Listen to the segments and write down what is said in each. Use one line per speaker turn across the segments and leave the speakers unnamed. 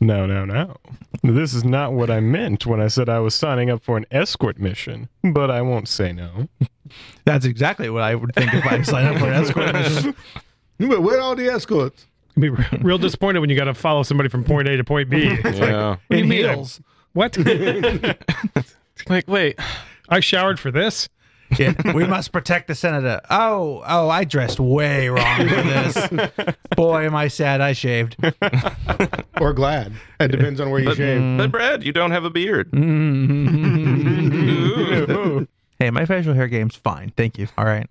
No, no, no. This is not what I meant when I said I was signing up for an escort mission, but I won't say no.
That's exactly what I would think if I signed up for an escort mission.
But where are all the escorts?
I'd be re- real disappointed when you got to follow somebody from point A to point B. It's like,
Yeah.
do you
In
mean?
heels.
what?
Like, wait.
I showered for this?
Yeah, we must protect the senator. Oh, oh, I dressed way wrong for this. Boy, am I sad I shaved.
Or glad. It depends on where you
But,
shave.
but Brad, you don't have a beard.
Hey, my facial hair game's fine. Thank you. All right.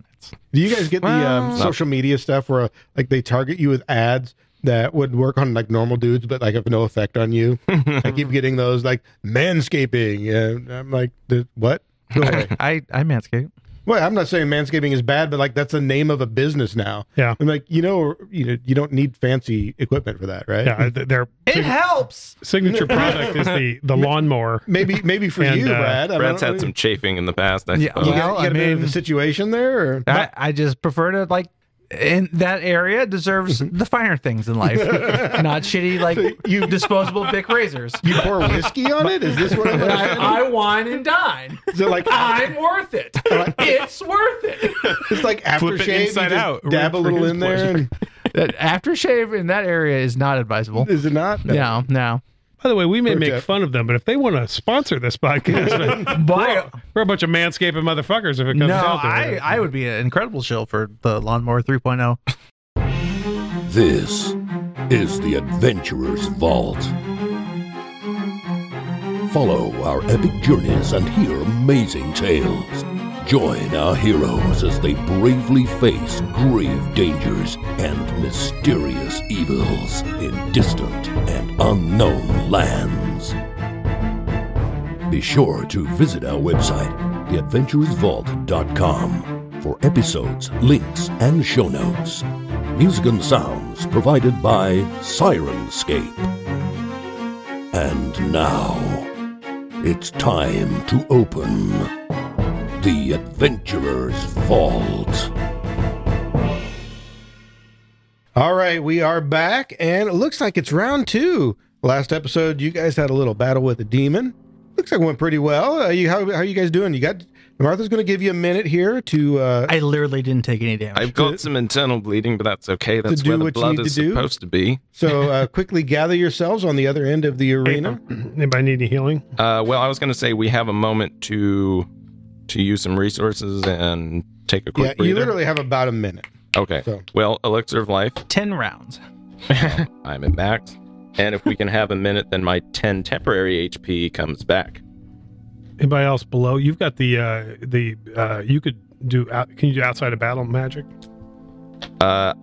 Do you guys get the um, social media stuff where uh, like they target you with ads that would work on like normal dudes, but like have no effect on you? I keep getting those like manscaping, and I'm like, "The- what? Go away.
I, I manscape.
well, I'm not saying manscaping is bad, but like that's the name of a business now.
Yeah.
I'm like, you know, you know, you don't need fancy equipment for that, right?
Yeah, th- their
It helps.
signature product is the the lawnmower.
Maybe, maybe for
And,
you,
uh,
Brad. I
Brad's
don't-
had some chafing in the past, I
Yeah.
suppose.
You got,
Well,
you got
I
a bit of
mean-
a situation there. Or?
I, I just prefer to like in that area deserves the finer things in life, not shitty like you disposable Bic razors.
You pour whiskey on it? Is this what I'm
I, I wine and dine.
Is it like
Ah!
I'm worth it. It's worth it.
it's like aftershave? you
inside
just
out.
Dab a
Root for
little
his
in there. And,
That aftershave in that area is not advisable.
is it not?
No, no.
By the way, we may make
Jeff.
fun of them, but if they want to sponsor this podcast, man,
But
we're a bunch of manscaping motherfuckers if it comes
no,
down to
I,
it.
I would be an incredible shill for the lawnmower 3.0.
This is the Adventurer's Vault. Follow our epic journeys and hear amazing tales. Join our heroes as they bravely face grave dangers and mysterious evils in distant and unknown lands. Be sure to visit our website, theadventurousvault.com, for episodes, links, and show notes. Music and sounds provided by Sirenscape. And now, it's time to open the Adventurer's Vault.
All right, we are back, and it looks like it's round two. Last episode, you guys had a little battle with a demon. Looks like it went pretty well. Uh, you, how, how you guys doing? You got Martha's going to give you a minute here to uh,
I literally didn't take any damage.
I've got some internal bleeding, but that's okay. That's
do
where the
what you
blood
need
is
to do.
supposed to be.
so uh, quickly gather yourselves on the other end of the arena.
Anybody need any healing?
Uh, well, I was going to say we have a moment to to use some resources and take a quick
Yeah,
breather.
you literally have about a minute.
okay.
so-
Well, elixir of life.
10 rounds.
I'm at max, and if we can have a minute, then my ten temporary HP comes back.
Anybody else below? You've got the uh, the uh, you could do out, can you do outside of battle magic?
Uh,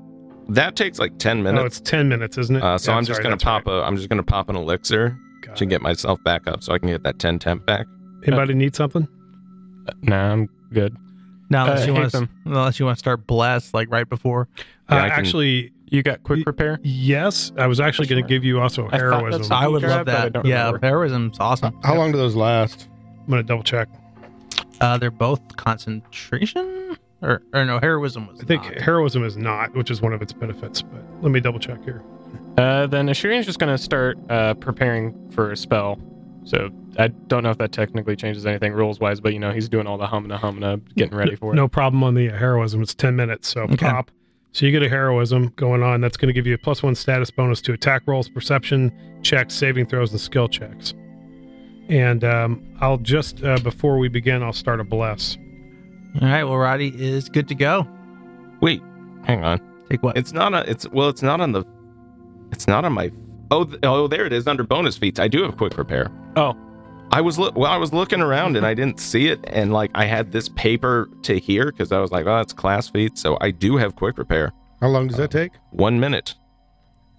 that takes like ten
No,
minutes.
Oh, it's ten minutes, isn't it?
uh, so
Yeah,
I'm just
sorry,
gonna
that's
pop
right.
a. I'm just gonna pop an elixir
Got
to
it.
get myself back up, so I can get that ten temp back.
Anybody need something?
Nah, I'm good.
Now, unless,
Uh,
you
hate
want to,
them.
unless you want to start blast like right before.
Yeah,
Uh,
I can-
actually,
You got
Y-
quick repair?
yes. I was actually going to give you also
I thought
heroism.
that's-
I
I
would
can
love
grab that, I
that.
don't
yeah,
remember.
heroism's awesome.
How long do those last?
I'm going to double check.
Uh, they're both concentration, or, or no, heroism was.
I think
not.
heroism is not, which is one of its benefits. But let me double check here.
Uh, then Ashurian's just going to start uh, preparing for a spell. So I don't know if that technically changes anything rules wise, but you know, he's doing all the humna humna, getting ready for it.
No problem on the heroism. It's 10 minutes, so
Okay.
pop. So you get a heroism going on. That's going to give you a plus one status bonus to attack rolls, perception checks, saving throws, and skill checks. And um, I'll just, uh, before we begin, I'll start a bless.
All right, well, Roddy is good to go.
Wait, hang on.
Take what?
It's not a. It's well. It's not on the. It's not on my. Oh, th- oh, there it is under bonus feats. I do have quick repair.
Oh.
I was look. Well, I was looking around and I didn't see it, and like I had this paper to here because I was like, oh, it's class feat, so I do have quick repair.
How long does that
Um,
take?
One minute.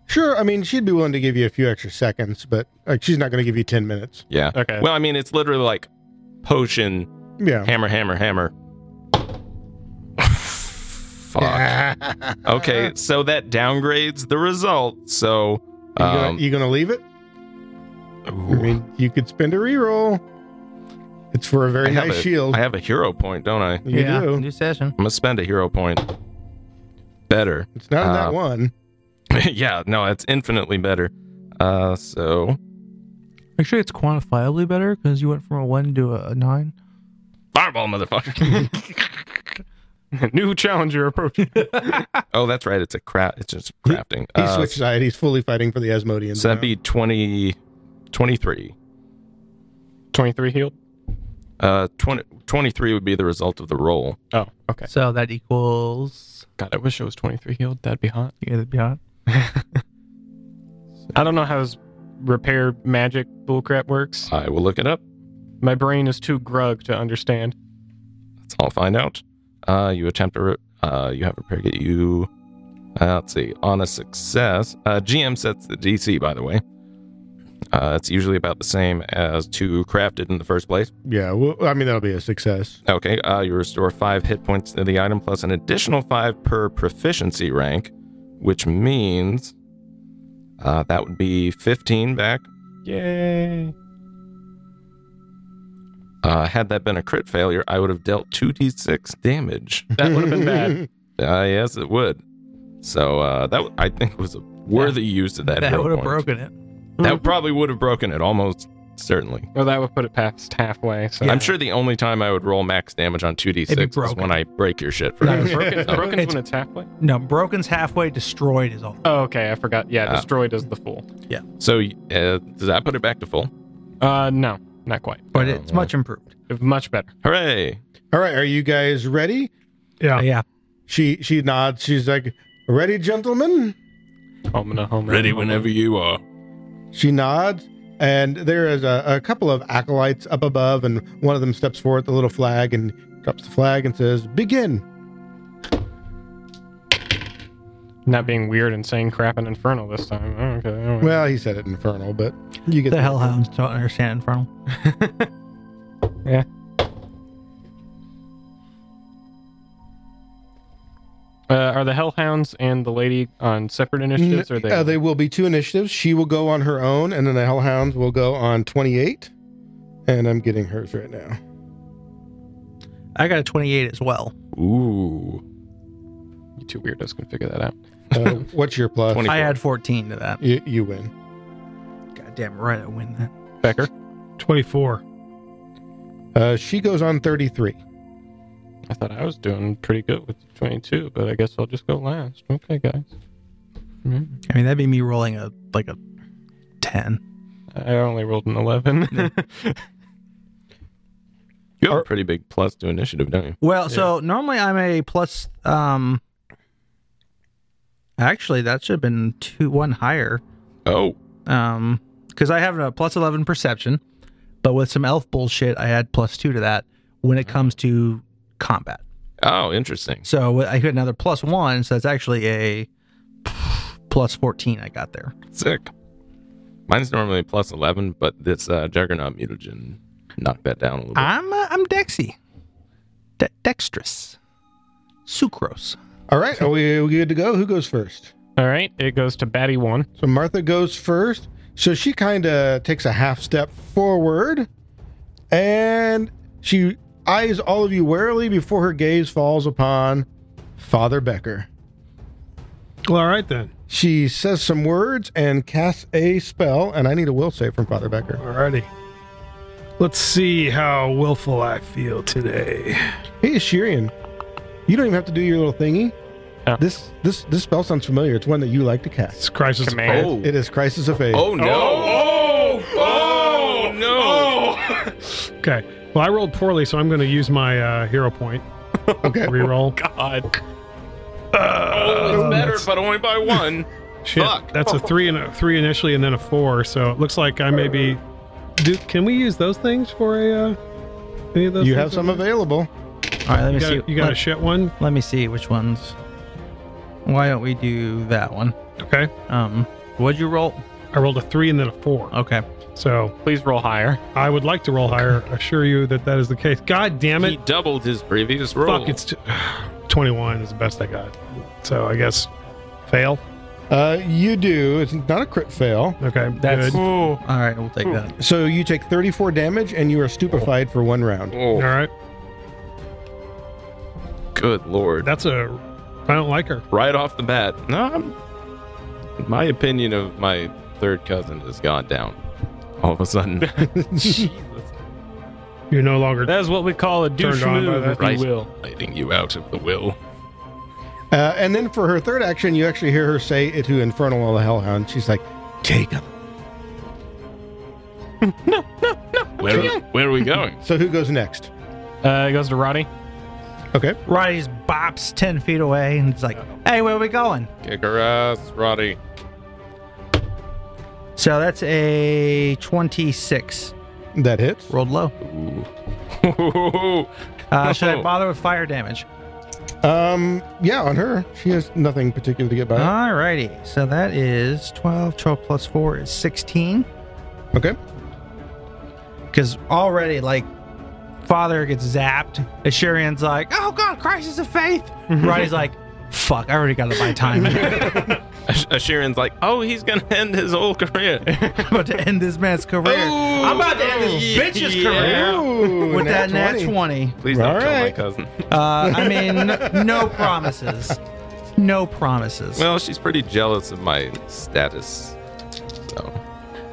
Sure, I mean she'd be willing to give you a few extra seconds, but like she's not going to give you ten minutes.
Yeah.
Okay.
Well, I mean, it's literally like potion,
Yeah.
hammer, hammer, hammer. Fuck. Okay, so that downgrades the result. So,
You gonna,
um,
you gonna leave it? I
ooh,
mean, you could spend a reroll. It's for a very
I have
nice
a-
shield.
I have a hero point, don't I?
you
yeah,
do.
new session.
I'm gonna spend a hero point. Better.
It's not in that
Uh,
one.
yeah, no, it's infinitely better. Uh, so
Actually, it's quantifiably better because you went from a one to a nine.
fireball, motherfucker.
New challenger approach.
oh, that's right. It's a craft. It's just crafting.
He
Uh,
switched side. He's fully fighting for the Asmodians.
so that'd
now.
be 20, 23.
23 healed.
Uh, 20, 23 would be the result of the roll.
Oh, okay.
So that equals.
God, I wish it was 23 healed. That'd be hot.
Yeah, that'd be hot.
I don't know how his repair magic bullcrap works.
I will look it up.
My brain is too grug to understand.
That's all I'll find out. Uh, you attempt to, re- uh, you have a target. You, uh, let's see, on a success. Uh, GM sets the DC, by the way. Uh, it's usually about the same as two crafted in the first place.
yeah. Well, I mean that'll be a success.
Okay, uh, you restore five hit points to the item plus an additional five per proficiency rank, which means uh, that would be 15 back.
Yay.
Uh, had that been a crit failure, I would have dealt 2d6 damage.
That would have been bad.
Uh, yes, it would. So uh, that w- I think was a worthy use of that.
That
hero
would have
point.
broken it.
That probably would have broken it almost certainly.
Well, that would put it past halfway. So
I'm sure the only time I would roll max damage on 2d6 is
broken.
when I break your shit for
That is
it.
broken,
Oh.
broken's
It's-
when it's halfway.
No, broken's halfway, destroyed is all.
Oh, okay. I forgot. Yeah,
Ah.
destroy does the fool.
So uh, does that put it back to full?
Uh, no, not quite.
But it's much improved.
Much better.
Hooray!
All right. Are you guys ready?
Yeah.
yeah.
She she nods. She's like, "Ready, gentlemen."
Home and a home.
Ready whenever you are.
She nods, and there is a, a couple of acolytes up above, and one of them steps forward the little flag and drops the flag and says, "Begin."
Not being weird and saying crap in Infernal this time. Oh, okay. all right.
Well, he said it infernal, but you get
The hellhounds don't understand infernal.
uh, are the Hellhounds and the lady on separate
Mm,
initiatives? Or are they?
Uh, they will be two initiatives. She will go on her own, and then the hellhounds will go on twenty-eight. And I'm getting hers right now.
I got a 28 as well.
Ooh.
you two weirdos can figure that out.
Uh, what's your plus?
20.
I add 14 to that.
You, you win.
Goddamn right, I win that.
Becker,
24.
Uh, she goes on 33.
I thought I was doing pretty good with 22, but I guess I'll just go last. Okay, guys.
I mean, that'd be me rolling a like a 10.
I only rolled an 11.
You have a pretty big plus to initiative, don't you?
Well, so normally I'm a plus. um Actually, that should have been two one higher.
Oh.
um because i have a plus 11 perception but with some elf bullshit i add plus 2 to that when it comes to combat
Oh, interesting.
so i hit another plus 1 so that's actually a plus 14 i got there
Sick. Mine's normally plus 11, but this uh, Juggernaut mutagen knocked that down a little bit.
i'm uh, i'm dexy De- dextrous sucrose
All right, are we, are we good to go? Who goes first?
All right, it goes to Batty 1.
So Martha goes first. So she kind of takes a half step forward and she eyes all of you warily before her gaze falls upon Father Becker.
Well, all right then.
She says some words and casts a spell, and I need a will save from Father Becker.
Alrighty. Let's see how willful I feel today.
Hey, Shirian, you don't even have to do your little thingy.
Yeah.
This this this spell sounds familiar. It's one that you like to cast.
It's crisis. of
Command.
Oh.
It is Crisis of Faith.
Oh, no. Oh, oh, no.
faith. Okay. Well, I rolled poorly, so I'm going to use my uh, hero point
okay.
reroll.
God.
Oh,
Um,
it's better, but only by one.
Shit,
Fuck.
that's a three and a three initially, and then a four. So it looks like I may be. Do, can we use those things for a? Uh, any of those?
You
things
have some
over there?
available.
all right let me
You got,
see
a- you got a
let,
shit one.
let me see which ones why don't we do that one
Okay.
um what'd you roll
I rolled a three and then a four.
okay
So
Please roll higher.
I would like to roll higher. I assure you that that is the case. God damn
He
it!
doubled his previous roll.
Fuck! It's t- twenty-one is the best I got. So I guess fail.
Uh, you do. It's not a crit fail.
Okay.
That's-
good.
Ooh.
all right we'll take that
So you take 34 damage and you are stupefied for one round.
all
Oh,
right.
good lord.
That's a. I don't like her.
Right off the bat. No, I'm, my opinion of my third cousin has gone down. All of a sudden,
You're no longer.
That is what we call a douche
Turned on by
move,
that.
if
Right.
you will.
lighting you out of the will.
Uh, and then for her third action, you actually hear her say it to Infernal the Hellhound. She's like, "Take him."
Where, where are we going?
So who goes next?
Uh, it goes to Roddy.
Okay.
Roddy's bops 10 feet away and it's like, hey, where are we going?
Kick her ass, Roddy.
So that's a 26.
That hits.
Rolled low. Uh, should I bother with fire damage?
Um, yeah, on her. She has nothing particular to get
Ah.
by.
Alrighty. So that is 12. 12 plus 4 is 16.
Okay.
Because already, like, father gets zapped. Ashurian's like, oh, God, crisis of faith. Roddy's like, fuck, I already got to buy time. I'm
Ash- Asheron's like, oh, he's gonna end his whole career.
about to end this man's career. I'm about to end this bitch's career.
Ooh,
With that nat 20.
Please don't
All
kill my
right.
cousin.
Uh, I mean, n- no promises. No promises.
Well, she's pretty jealous of my status. So,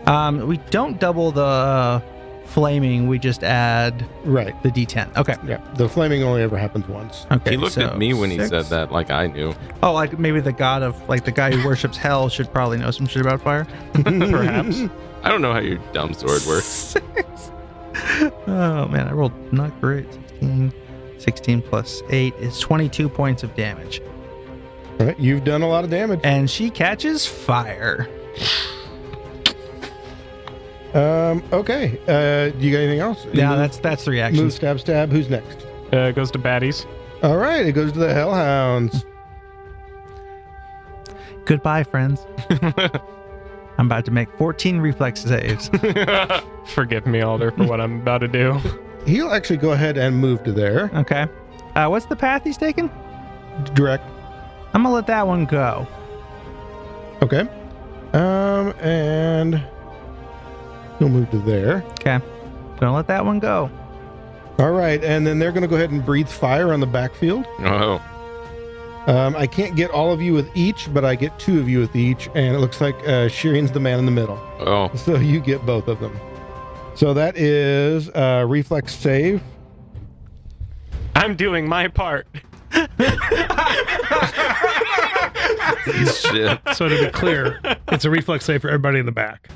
Um, we don't double the uh, flaming. We just add
Right.
the D10. Okay.
Yeah. The flaming only ever happens once.
Okay.
he looked
so
at me when he
six.
said that, like I knew.
Oh, like maybe the god of like the guy who worships hell should probably know some shit about fire.
Perhaps.
I don't know how your dumb sword works.
Six. Oh man, I rolled not great. 16, 16 plus eight is twenty-two points of damage,
All right. You've done a lot of damage.
and she catches fire.
Um, okay. Uh, you got anything else?
Yeah,
Mm-hmm.
Move-
that's that's the reaction.
move, stab, stab. Who's next?
Uh, it goes to Baddies.
All right. It goes to the Hellhounds.
Goodbye, friends. I'm about to make 14 reflex saves.
Forgive me, Alder, for what I'm about to do.
He'll actually go ahead and move to there.
Okay. Uh, what's the path he's taking?
Direct.
I'm gonna let that one go.
Okay. Um, and he'll move to there.
Okay. Gonna let that one go.
All right. And then they're going to go ahead and breathe fire on the backfield.
Oh,
Um, I can't get all of you with each, but I get two of you with each, and it looks like uh, Shirian's the man in the middle,
oh,
so you get both of them. So that is uh, reflex save.
I'm doing my part.
shit.
So to be clear, it's a reflex save for everybody in the back.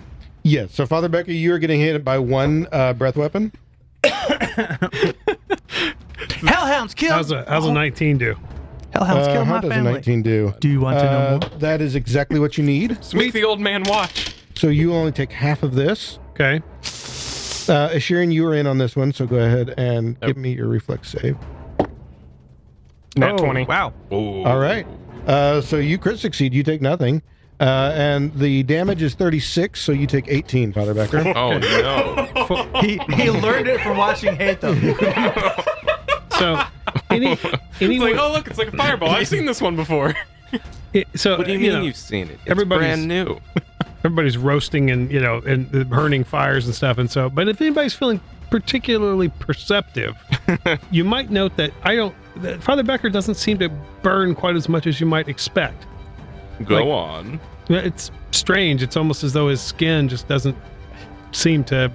Yes. So Father Becker, you are getting hit by one uh, breath weapon.
Hellhounds kill. Oh.
How's a how's a 19 do?
Hellhounds
Uh,
kill
how
my
does
family.
a 19 do?
Do you want to know
Uh,
more?
that is exactly what you need.
Make the old man watch.
So you only take half of this.
Okay.
Uh, Asherin, you are in on this one, so go ahead and give me your reflex save.
Nat
Oh,
20.
Wow.
Ooh.
All right. Uh, so you crit succeed. You take nothing. Uh, and the damage is 36, so you take 18, Father Becker.
Oh no.
He, he learned it from watching Hate them.
So any any
It's like, oh, look, it's like a fireball. I've seen this one before.
it- so
What do you mean
know,
you've seen it? It's
everybody's-
brand new.
everybody's roasting and you know and uh, burning fires and stuff and so but if anybody's feeling particularly perceptive you might note that i don't that father becker doesn't seem to burn quite as much as you might expect
Go
Like-
on.
Yeah, it's strange it's almost as though his skin just doesn't seem to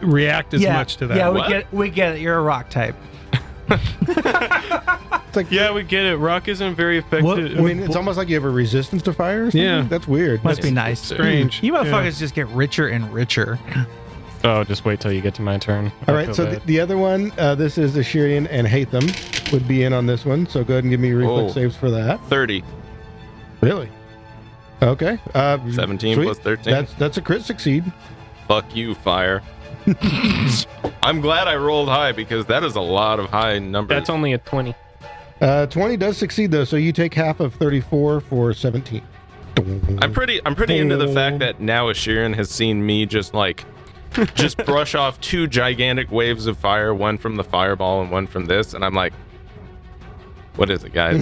react as
yeah.
much to that
Yeah, we
What?
get, we get it. You're a rock type.
Yeah, we get it. Rock isn't very effective.
What-
I mean, it's almost like you have a resistance to fire. Or something.
Yeah.
that's weird.
Must be nice.
strange
You
Yeah.
motherfuckers just get richer and richer.
Oh, just wait till you get to my turn.
All right, so the, the other one, uh, this is Ashirian and Hatham would be in on this one. So go ahead and give me reflex
Oh.
saves for that.
30
Really? Okay. Uh,
17
sweet.
plus 13
That's that's a crit succeed.
fuck you fire i'm glad i rolled high because that is a lot of high numbers
That's only a 20.
Uh, Twenty does succeed though, so you take half of thirty-four for seventeen.
i'm pretty i'm pretty into the fact
Oh.
that now asheron has seen me just like just brush off two gigantic waves of fire one from the fireball and one from this and i'm like what is it guys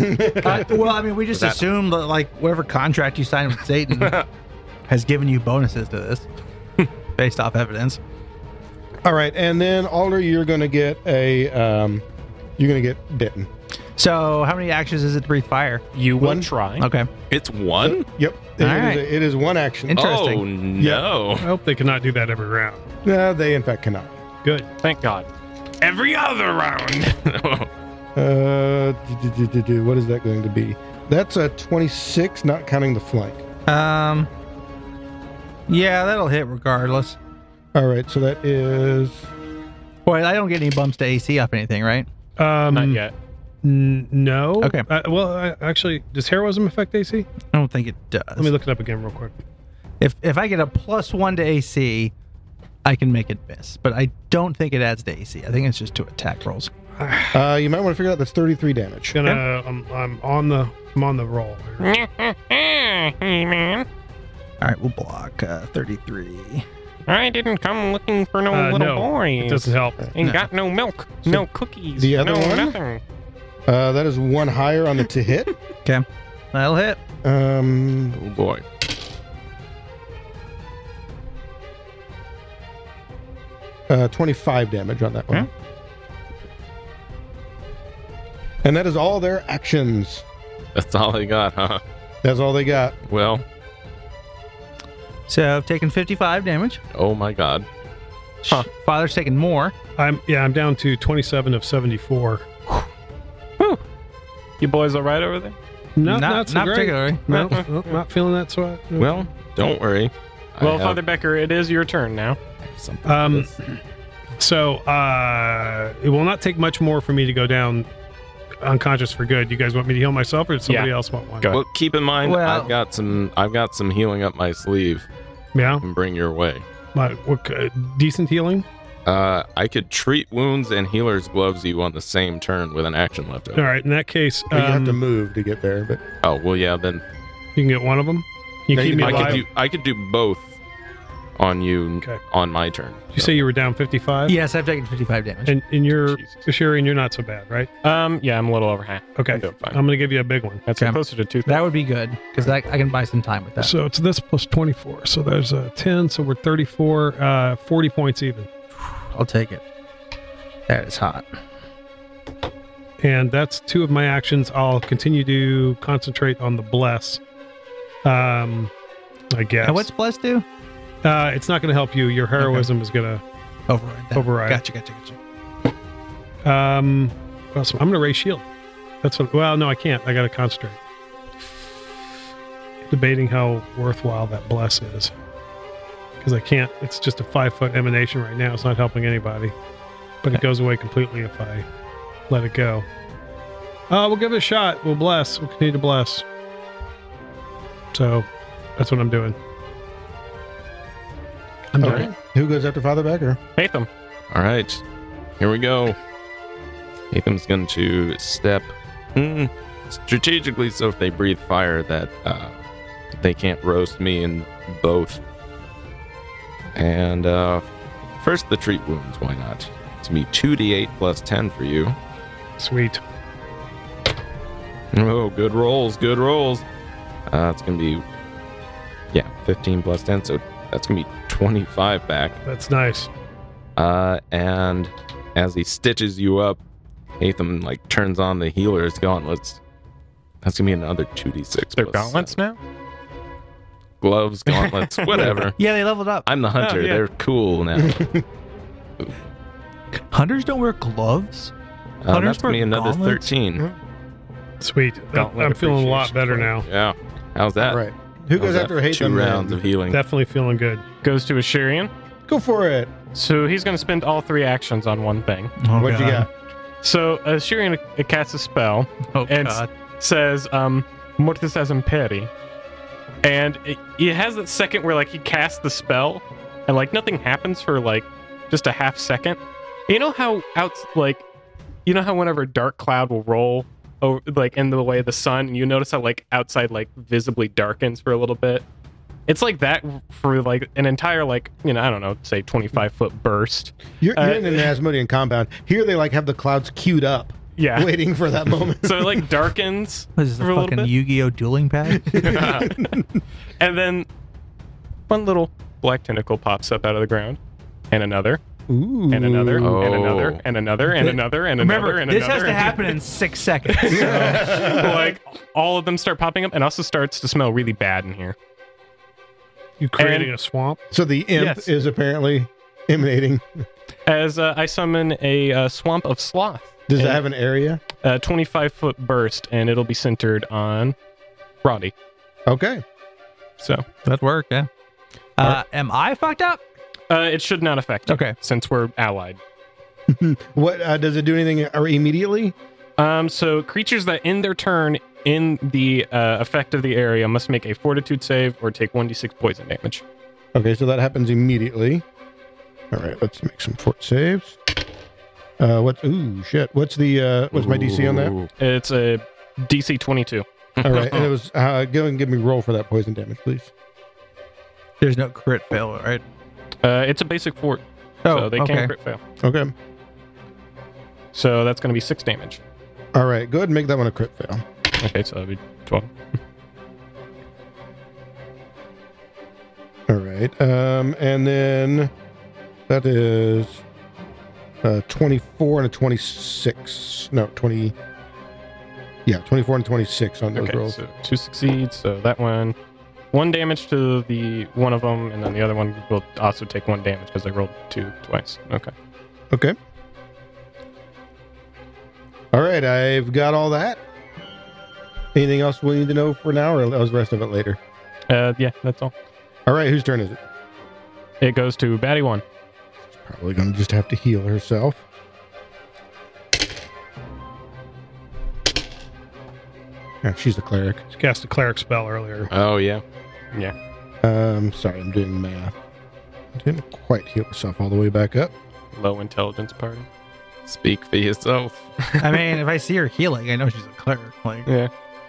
Uh, well, I mean, we just
That-
assume that, like, whatever contract you signed with Satan has given you bonuses to this based off evidence.
All right, and then Alder, you're going to get a um, you're going to get Denton.
So, how many actions is it to breathe fire?
You will
One.
try.
Okay.
It's one?
Yep. It,
All
it is
right.
a- it is one action.
Int-
Oh,
Interesting.
no.
I hope they cannot do that every round.
No, Uh, they in fact cannot.
Good.
Thank God.
Every other round.
Uh, do, do, do, do, do. what is that going to be? That's a 26, not counting the flank.
Um. Yeah, that'll hit regardless.
All right, so that is
Boy, I don't get any bumps to AC up anything, right?
Hmm.
Um,
Not yet.
N- no.
Okay.
Uh, well, I, actually, does heroism affect AC?
I don't think it does.
Let me look it up again real quick.
If if I get a plus one to AC, I can make it miss. But I don't think it adds to AC. I think it's just to attack rolls.
uh you might want to figure out that's 33 damage.
Gonna. uh, I'm, I'm on the. I'm on the roll.
hey man,
All right, we'll block uh, 33.
I didn't come looking for no
Uh,
little
no,
boys.
It doesn't help.
Ain't
No.
got no milk,
So
no cookies,
the other
no
one?
nothing.
Uh that is one higher on the to hit.
That'll hit.
Um
oh, boy.
uh 25 damage on that one. And that is all their actions.
That's all I got, huh?
That's all they got.
Well,
So I've taken 55 damage.
oh my god.
Huh.
Father's taken more.
I'm. Yeah. I'm down to 27 of 74.
You boys all right over there?
No, not, so great.
particularly.
No, no, not feeling that sweat. No.
Well, don't worry. I
well,
have
Father Becker, it is your turn now.
something for
Um,
this.
so uh, it will not take much more for me to go down unconscious for good. You guys want me to heal myself, or does somebody
Yeah.
else want one?
Go.
Well, keep in mind,
Well-
I've got some. I've got some healing up my sleeve.
Yeah,
I can bring your way.
my, what, uh, decent healing.
Uh, I could treat wounds and healer's gloves you on the same turn with an action left
All
over.
right, in that case,
But you have to
um,
move to get there, but
Oh well, yeah. Then
You can get one of them. You
No,
keep
you
me
I could
alive.
do. I could do both on you
Okay.
on my turn.
you say you were down 55?
Yes, I've taken 55 damage.
And, and you're,
Jesus.
Shiri, and you're not so bad, right?
Um, yeah, I'm a little over half.
Okay.
I'm doing fine.
I'm going to give you a big one.
That's
Okay.
closer to two.
That would be good because I can buy some time with that.
So it's this plus 24. So there's a 10. So we're 34, uh, 40 points even.
I'll take it. That is hot.
And that's two of my actions. I'll continue to concentrate on the bless. Um, I guess.
And what's blessed do?
uh, it's not going to help you. Your heroism is going
Override. That.
Override.
Gotcha, gotcha, gotcha.
to. Um, what else? I'm going to raise shield. That's what. Well, no, I can't. I got to concentrate. Debating how worthwhile that bless is. Because I can't. It's just a five foot emanation right now. It's not helping anybody. But it goes away completely if I let it go. Uh, we'll give it a shot. We'll bless. We'll continue to bless. So that's what I'm doing. I'm
Okay.
done.
who goes after Father Becker?
Nathan.
All right, here we go. Ethan's going to step mm, strategically so if they breathe fire that uh, they can't roast me in both. And uh, first, the treat wounds. Why not? It's me two d8 plus ten for you.
Sweet.
Oh, good rolls, good rolls. Uh, it's gonna be yeah, fifteen plus ten, so that's gonna be twenty-five back.
That's nice.
Uh, and as he stitches you up, Nathan like turns on the healer's gauntlets. That's gonna be another two d six.
They're gauntlets now.
gloves, gauntlets, whatever.
Yeah, they leveled up.
I'm the hunter.
yeah.
They're cool now. Uh,
Hunters don't wear gloves.
Uh,
Hunters
that's gonna be
wear
another
gauntlets?
thirteen.
Sweet.
Gauntlet
I'm feeling a lot
appreciation
better
play.
now.
Yeah. How's that?
Uh,
All right. Who
How's
goes
that
after
for
Hate
two
them
rounds
then?
of healing.
Definitely feeling good.
Goes to Ashirian.
Go for it.
So he's going to spend all three actions on one thing.
Oh,
what you
uh-huh.
got?
So Ashirian uh, casts a spell.
Oh,
And-
God.
says um mortis as imperi and it, it has that second where like he casts the spell and like nothing happens for like just a half second you know how out like you know how whenever a dark cloud will roll over like in the way of the sun and you notice how like outside like visibly darkens for a little bit it's like that for like an entire like you know i don't know say 25 foot burst
You're, you're
Uh,
in an Asmodean compound. Here they like have the clouds queued up,
yeah
waiting for that moment.
so it like darkens
What is
for
this,
a
a
little
fucking
bit.
Yu-Gi-Oh! dueling pad?
And then one little black tentacle pops up out of the ground, and another,
Ooh.
and another, and another,
Oh.
and another, and another, and
Remember,
another, and
this has
another.
to happen in six seconds.
like all of them start popping up, and also starts to smell really bad in here.
You creating
And-
a swamp?
So the imp
Yes.
is apparently emanating.
As uh, I summon a uh, swamp of sloth,
Does it
Yeah.
have an area?
a 25 foot burst, and it'll be centered on Roddy.
Okay.
So
That worked, yeah. Uh, am I fucked up?
uh, it should not affect. you,
Okay.
since we're allied.
What uh, does it do anything uh, immediately?
Um, so creatures that end their turn in the uh, effect of the area must make a Fortitude save or take 1d6 poison damage.
Okay, so that happens immediately. All right, let's make some fort saves. Uh, what's ooh shit? What's the uh, what's my DC on that?
Ooh.
It's a DC 22.
All right, and it was uh, go and give me roll for that poison damage, please.
There's no crit fail, right?
Uh, it's a basic fort,
Oh,
so they
okay.
can't crit fail.
Okay.
So that's going to be six damage.
All right, go ahead and make that one a crit fail.
Okay, so that'd be 12.
All right, um, and then that is uh, twenty-four and a twenty-six. No, twenty. Yeah, twenty-four and twenty-six on those
Okay,
rolls.
so two succeeds. So that one, one damage to the one of them, and then the other one will also take one damage because I rolled two twice. Okay.
Okay. All right, I've got all that. Anything else we need to know for now, or is the rest of it later?
Uh, yeah, that's all.
All right, whose turn is it?
It goes to Batty one.
Probably gonna just have to heal herself. Yeah, Ah, she's the cleric.
Just cast a cleric spell earlier.
Oh yeah.
Um, sorry, I'm doing math. Didn't quite heal herself all the way back up.
Low intelligence party.
Speak for yourself.
I mean, if I see her healing, I know she's a cleric. Like,
Yeah.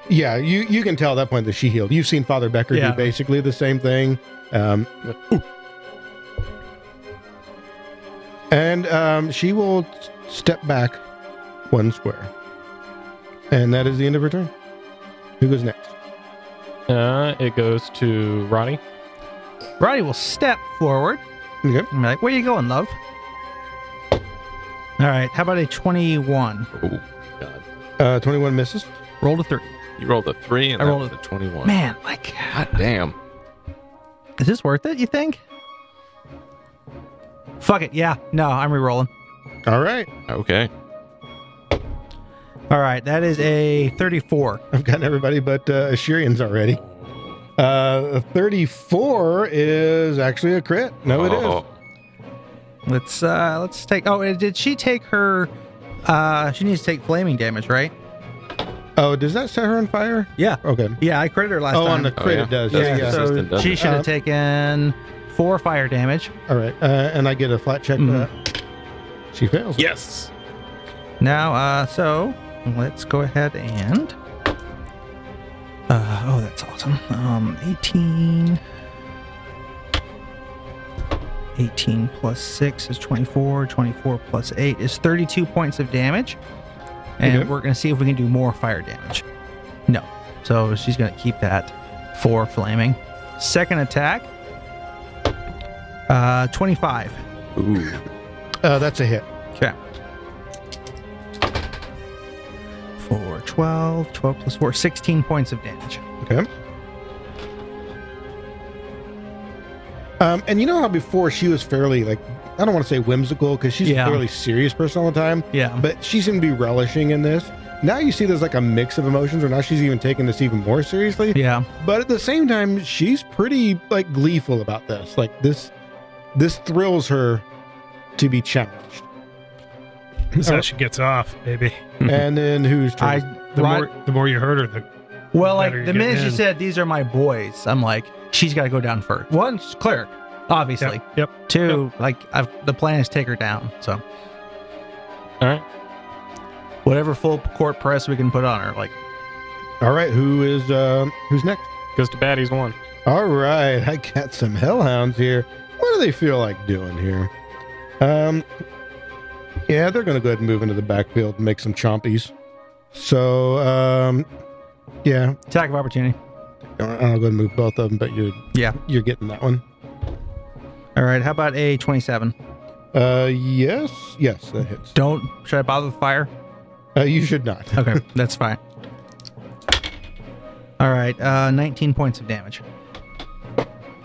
Yeah, you you can tell at that point that she healed. You've seen Father Becker
Yeah.
do basically the same thing. Um, ooh. and um, she will s- step back one square, and that is the end of her turn. Who goes next?
Uh, it goes to Roddy.
Roddy will step forward.
Okay.
I'm like, where you going, love? All right. How about a 21?
Ooh, God.
Uh, Twenty-one misses.
Roll to three.
You rolled a three and
I
that
rolled
was a twenty-one.
Man, like,
God damn.
is this worth it, you think? Fuck it. Yeah. No, I'm re-rolling.
All right,
Okay.
All right. That is a 34.
I've gotten everybody but uh, Assyrians already. Uh, Thirty-four is actually a crit. No, it is.
Oh,
Let's, uh, let's take, oh, and did she take her, uh, she needs to take flaming damage, right?
Oh, does that set her on fire?
Yeah.
Okay.
Yeah. I critted her last
Oh,
time.
on the
Oh,
crit
yeah.
it does.
That's
Yeah, yeah.
consistent.
so
doesn't
she
it?
should have
Uh,
taken four fire damage.
All right, uh, and I get a flat check for
Mhm.
that. She fails.
Yes.
Now, uh, so let's go ahead and. Uh, oh, that's awesome. Um, 18. 18 plus 6 is 24. 24 plus 8 is 32 points of damage. And
Okay.
we're going to see if we can do more fire damage. No. So she's going to keep that 4 flaming. Second attack. Uh, 25.
Oh. Ooh.
Uh, that's a hit.
Okay. 4, 12, 12 plus 4, 16 points of damage.
Okay. Um, and you know how before she was fairly like I don't want to say whimsical because she's
Yeah.
a fairly serious person all the time,
Yeah.
but she seemed to be relishing in this. Now you see there's like a mix of emotions, or now she's even taking this even more seriously.
Yeah.
But at the same time, she's pretty like gleeful about this. Like this, this thrills her to be challenged.
That's how
Alright.
she gets off, baby.
and then who's
Mm-hmm. I,
The
Rod-
more the more you hurt her, the
well, like,
better you
the
get
minute she
in.
said, these are my boys, I'm like, she's got to go down first. One, she's cleric, obviously.
yep, yep.
Two, like, I've, the plan is take her down. So,
All right.
whatever full court press we can put on her, like,
All right, who is um, who's next?
Goes to Batty's one.
All right, I got some hellhounds here. What do they feel like doing here? Um, yeah, they're gonna go ahead and move into the backfield and make some chompies. So, um, yeah,
attack of opportunity.
I'll I'll go ahead and move both of them, but you're
Yeah.
you're getting that one.
All right. How about a 27?
Uh, yes, yes, that hits.
Don't. Should I bother with fire?
Uh, you should not.
Okay, that's fine. All right, uh, 19 points of damage.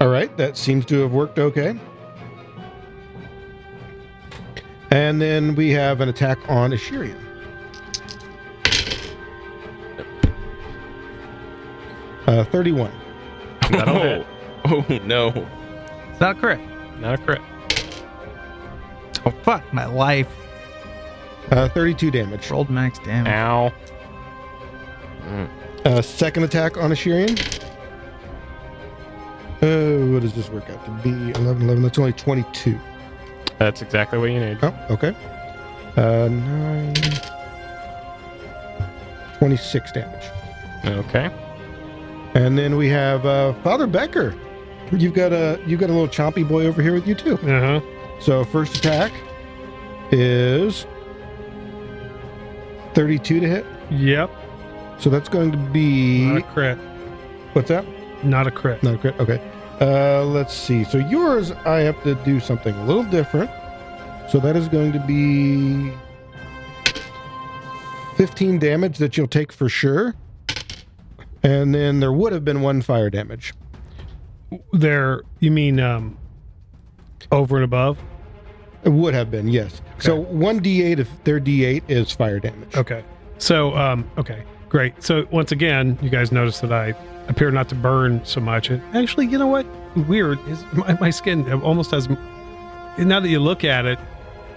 All right, that seems to have worked okay. And then we have an attack on Ashirian. Uh, 31.
That'll
oh,
hit.
oh no.
It's not correct.
Not a crit.
Oh fuck my life.
Uh, 32 damage.
Rolled max damage.
Ow.
Uh, second attack on Ashirian. Uh, what does this work out to be? 11, 11. That's only 22.
That's exactly what you need.
Oh, okay. Uh, 9. 26 damage.
Okay.
And then we have uh, Father Becker. You've got a you've got a little chompy boy over here with you too.
Uh huh.
So first attack is 32 to hit.
Yep.
So that's going to
Not a
be
crit.
what's that?
Not a crit.
Not a crit. Okay. Uh, let's see. So yours, I have to do something a little different. So that is going to be 15 damage that you'll take for sure. And then there would have been one fire damage.
There. You mean um. Over and above.
It would have been, yes. So one d8 if their d8 is fire damage.
Okay. So um. Okay. Great. So once again, you guys notice that I appear not to burn so much. And actually, you know what? Weird is my, my skin almost has. Now that you look at it,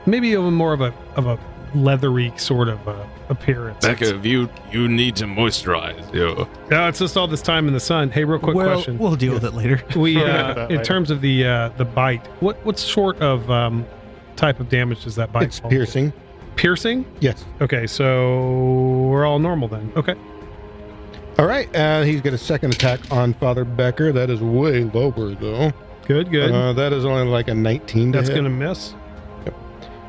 maybe even more of a of a leathery sort of uh, appearance.
Becca, you you need to moisturize. Yo.
No, it's just all this time in the sun. Hey, real quick
we'll,
question.
we'll deal with it later.
We'll
we
get to
uh,
that
in
later.
terms of the uh, the bite, what what sort of um, type of damage does that bite?
It's
fall into?
piercing.
Piercing.
Yes.
Okay, so we're all normal then. Okay.
All right. Uh, he's got a second attack on Father Becker. That is way lower, though.
Good. Good.
Uh, that is only like a 19. To
That's
hit.
gonna miss.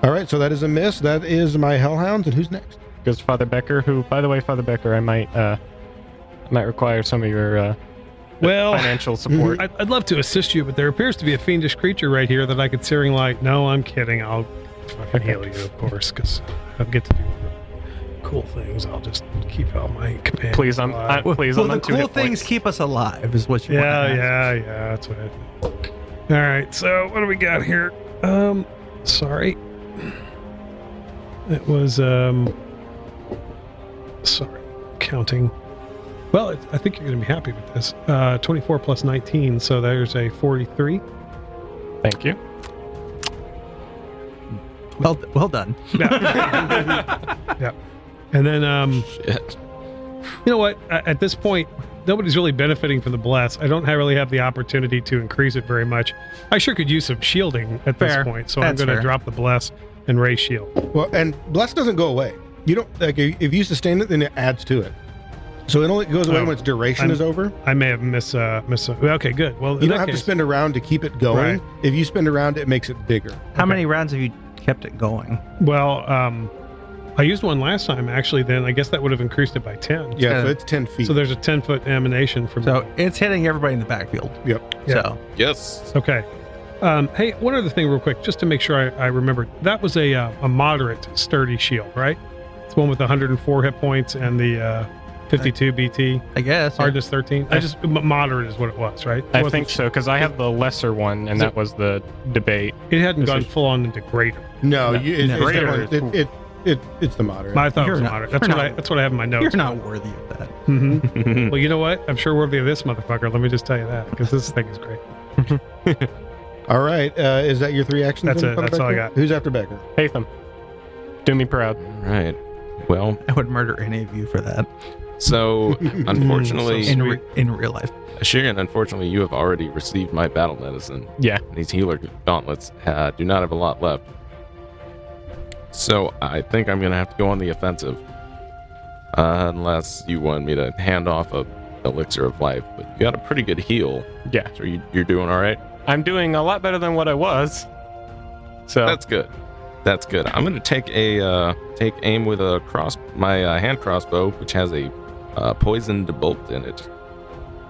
All right. So that is a miss. That is my Hellhounds. And who's next?
Goes to Father Becker, who, by the way, Father Becker, I might, uh, I might require some of your uh,
Well,
Oh.
financial support.
I'd, I'd love to assist you, but there appears to be a fiendish creature right here that I could searing light. No, I'm kidding. I'll fucking heal you, of course, because I'll get to do cool things. I'll just keep all my companions.
Please, I'm,
alive.
i please,
well,
I'm
the
on two
cool
hit points.
things keep us alive is what you
Yeah,
want.
yeah, yeah. That's what. I All right. So what do we got here? Um, sorry. It was um. Sorry, counting. Well, it, I think you're going to be happy with this. Uh, 24 plus 19, so there's a 43.
Thank you.
Well, well done.
And then, um,
Shit.
you know what? A- At this point, nobody's really benefiting from the bless. I don't have really have the opportunity to increase it very much. I sure could use some shielding at
Fair.
this point, so
That's
I'm going
fair.
to drop the bless and raise shield.
Well, and Bless doesn't go away. You don't, like, if if you sustain it, then it adds to it. So it only goes away
Oh,
when its duration
I'm-
is over.
I may have miss uh miss okay good well
You don't have to spend a round to keep it going.
Right.
If you spend a round, it makes it bigger.
How many rounds have you kept it going?
well um I used one last time actually then I guess that would have increased it by 10
Yeah.
Yeah.
So it's 10 feet.
so there's a 10 foot emanation from
So it's hitting everybody in the backfield.
Yep.
Yeah.
So
Yes.
okay um hey one other thing real quick just to make sure I, I remembered that was a uh, a moderate sturdy shield right it's the one with 104 hit points and the uh 52 BT
I guess. yeah.
hardness 13 I just m- moderate is what it was right
I
It
think so, because I have the lesser one, and
So-
that was the debate.
wasn't- it hadn't
this
gone
is-
full on into greater
no,
No.
you, it's,
No.
it's
Greater
definitely-
is-
it, it, it, it's the moderate.
I thought it
You're
was
not-
moderate that's
you're
what I
not-
that's what I have in my notes
You're not worthy of that.
hmm
All
Well, you know what? I'm sure worthy of this motherfucker. Let me just tell you that because this thing is great.
All right. Uh, is that your three actions?
That's
then,
it.
Father
That's all I
Becker?
got.
Who's after Becker?
Hatham, do me proud.
right. Well,
I would murder any of you for that
so unfortunately,
in re- in real life.
Shirian, unfortunately, you have already received my battle medicine.
Yeah.
And these healer gauntlets uh, do not have a lot left. So I think I'm going to have to go on the offensive. Uh, unless you want me to hand off a elixir of life. But you got a pretty good heal.
Yeah.
So you, you're doing all right?
I'm doing a lot better than what I was. So
That's good. That's good. I'm going to take a uh, take aim with a cross my uh, hand crossbow, which has a uh, poisoned bolt in it.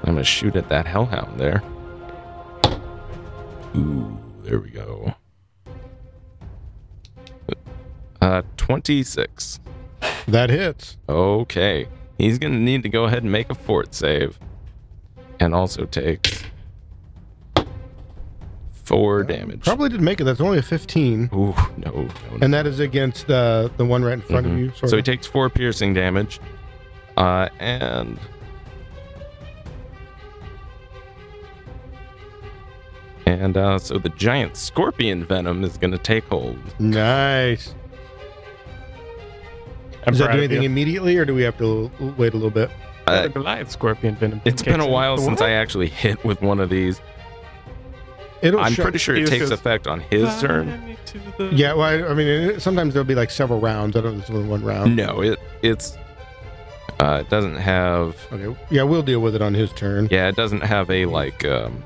I'm going to shoot at that hellhound there. Ooh, there we go. Uh, 26.
That hits.
Okay. He's going to need to go ahead and make a fort save. And also takes four damage.
Uh, Probably didn't make it. That's only a 15.
Ooh, no. no, no.
And that is against uh, the one right in front of you. Sort
Mm-hmm. So he
of.
takes four piercing damage. Uh, and. And uh, so the giant scorpion venom is going to take hold.
nice.
I'm
Does that
proud
do
of
anything
you.
immediately, or do we have to l- wait a little bit?
Uh,
The Goliath scorpion venom.
It's been
kicks
a
in.
while
The
since
what?
I actually hit with one of these.
It'll
I'm
show-
pretty sure it
He's
takes
just-
effect on his turn.
Fly me to the-
Yeah, well, I, I mean, it, sometimes there'll be like several rounds. I don't know if it's only one round.
No, it it's uh, it doesn't have
Okay. Yeah, we'll deal with it on his turn.
yeah, it doesn't have a like um,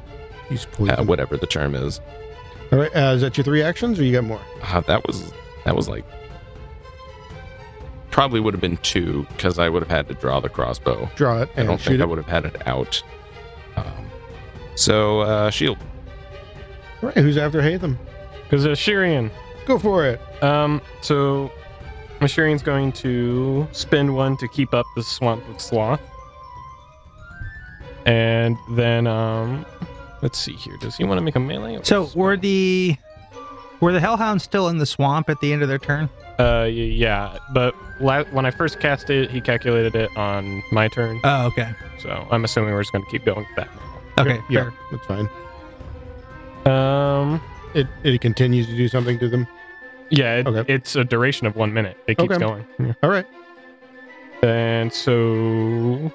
He's
uh,
poisoned.
whatever the term is.
All right. Uh, is that your three actions, or you got more?
Uh, that was that was like probably would have been two because I would have had to draw the crossbow.
Draw it
I
and
don't
shoot
think
it.
I would have had it out. Um, so uh, shield.
All right. Who's after Hatham?
Because a Shirian.
Go for it.
uh, Um, so Mashirian's going to spend one to keep up the swamp of sloth. And then um let's see here. Does he want to make a melee? or-
So were the were the hellhounds still in the swamp at the end of their turn?
uh y- yeah, but la- when I first cast it, he calculated it on my turn.
Oh, okay,
So I'm assuming we're just going to keep going with that.
okay,
Yeah,
fair.
that's fine.
Um
It it continues to do something to them.
yeah, it,
Okay.
it's a duration of 1 minute. It keeps
Okay.
going. Yeah.
All right.
And so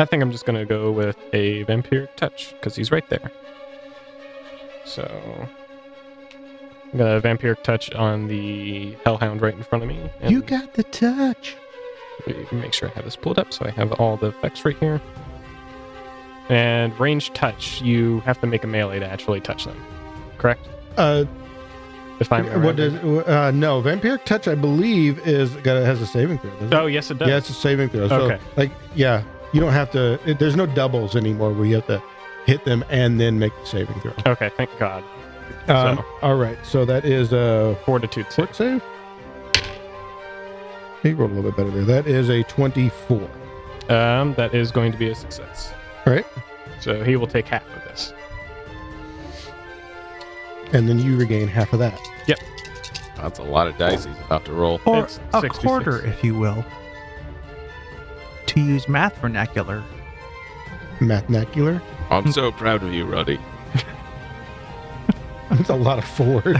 I think I'm just gonna go with a vampiric touch because he's right there. So I'm gonna vampiric touch on the hellhound right in front of me. and
You got the touch.
let me make sure I have this pulled up so I have all the effects right here. And range touch, you have to make a melee to actually touch them. Correct?
Uh,
If I'm
what does? Uh, no, vampiric touch. I believe is got has a saving throw. doesn't it?
Oh yes it does.
Yeah, it's a saving throw. So,
Okay.
Like, yeah, you don't have to. It, there's no doubles anymore where you have to hit them and then make the saving throw.
Okay, thank God.
Um,
So.
All right. So that is a
Fortitude save.
fort save. He rolled a little bit better there. That is a 24.
Um, that is going to be a success.
All right.
So he will take half of this.
And then you regain half of that.
That's a lot of dice he's about to roll.
Or
It's
a
66.
quarter, if you will, to use math vernacular.
Mathnacular.
I'm so proud of you, Ruddy.
That's a lot of fours.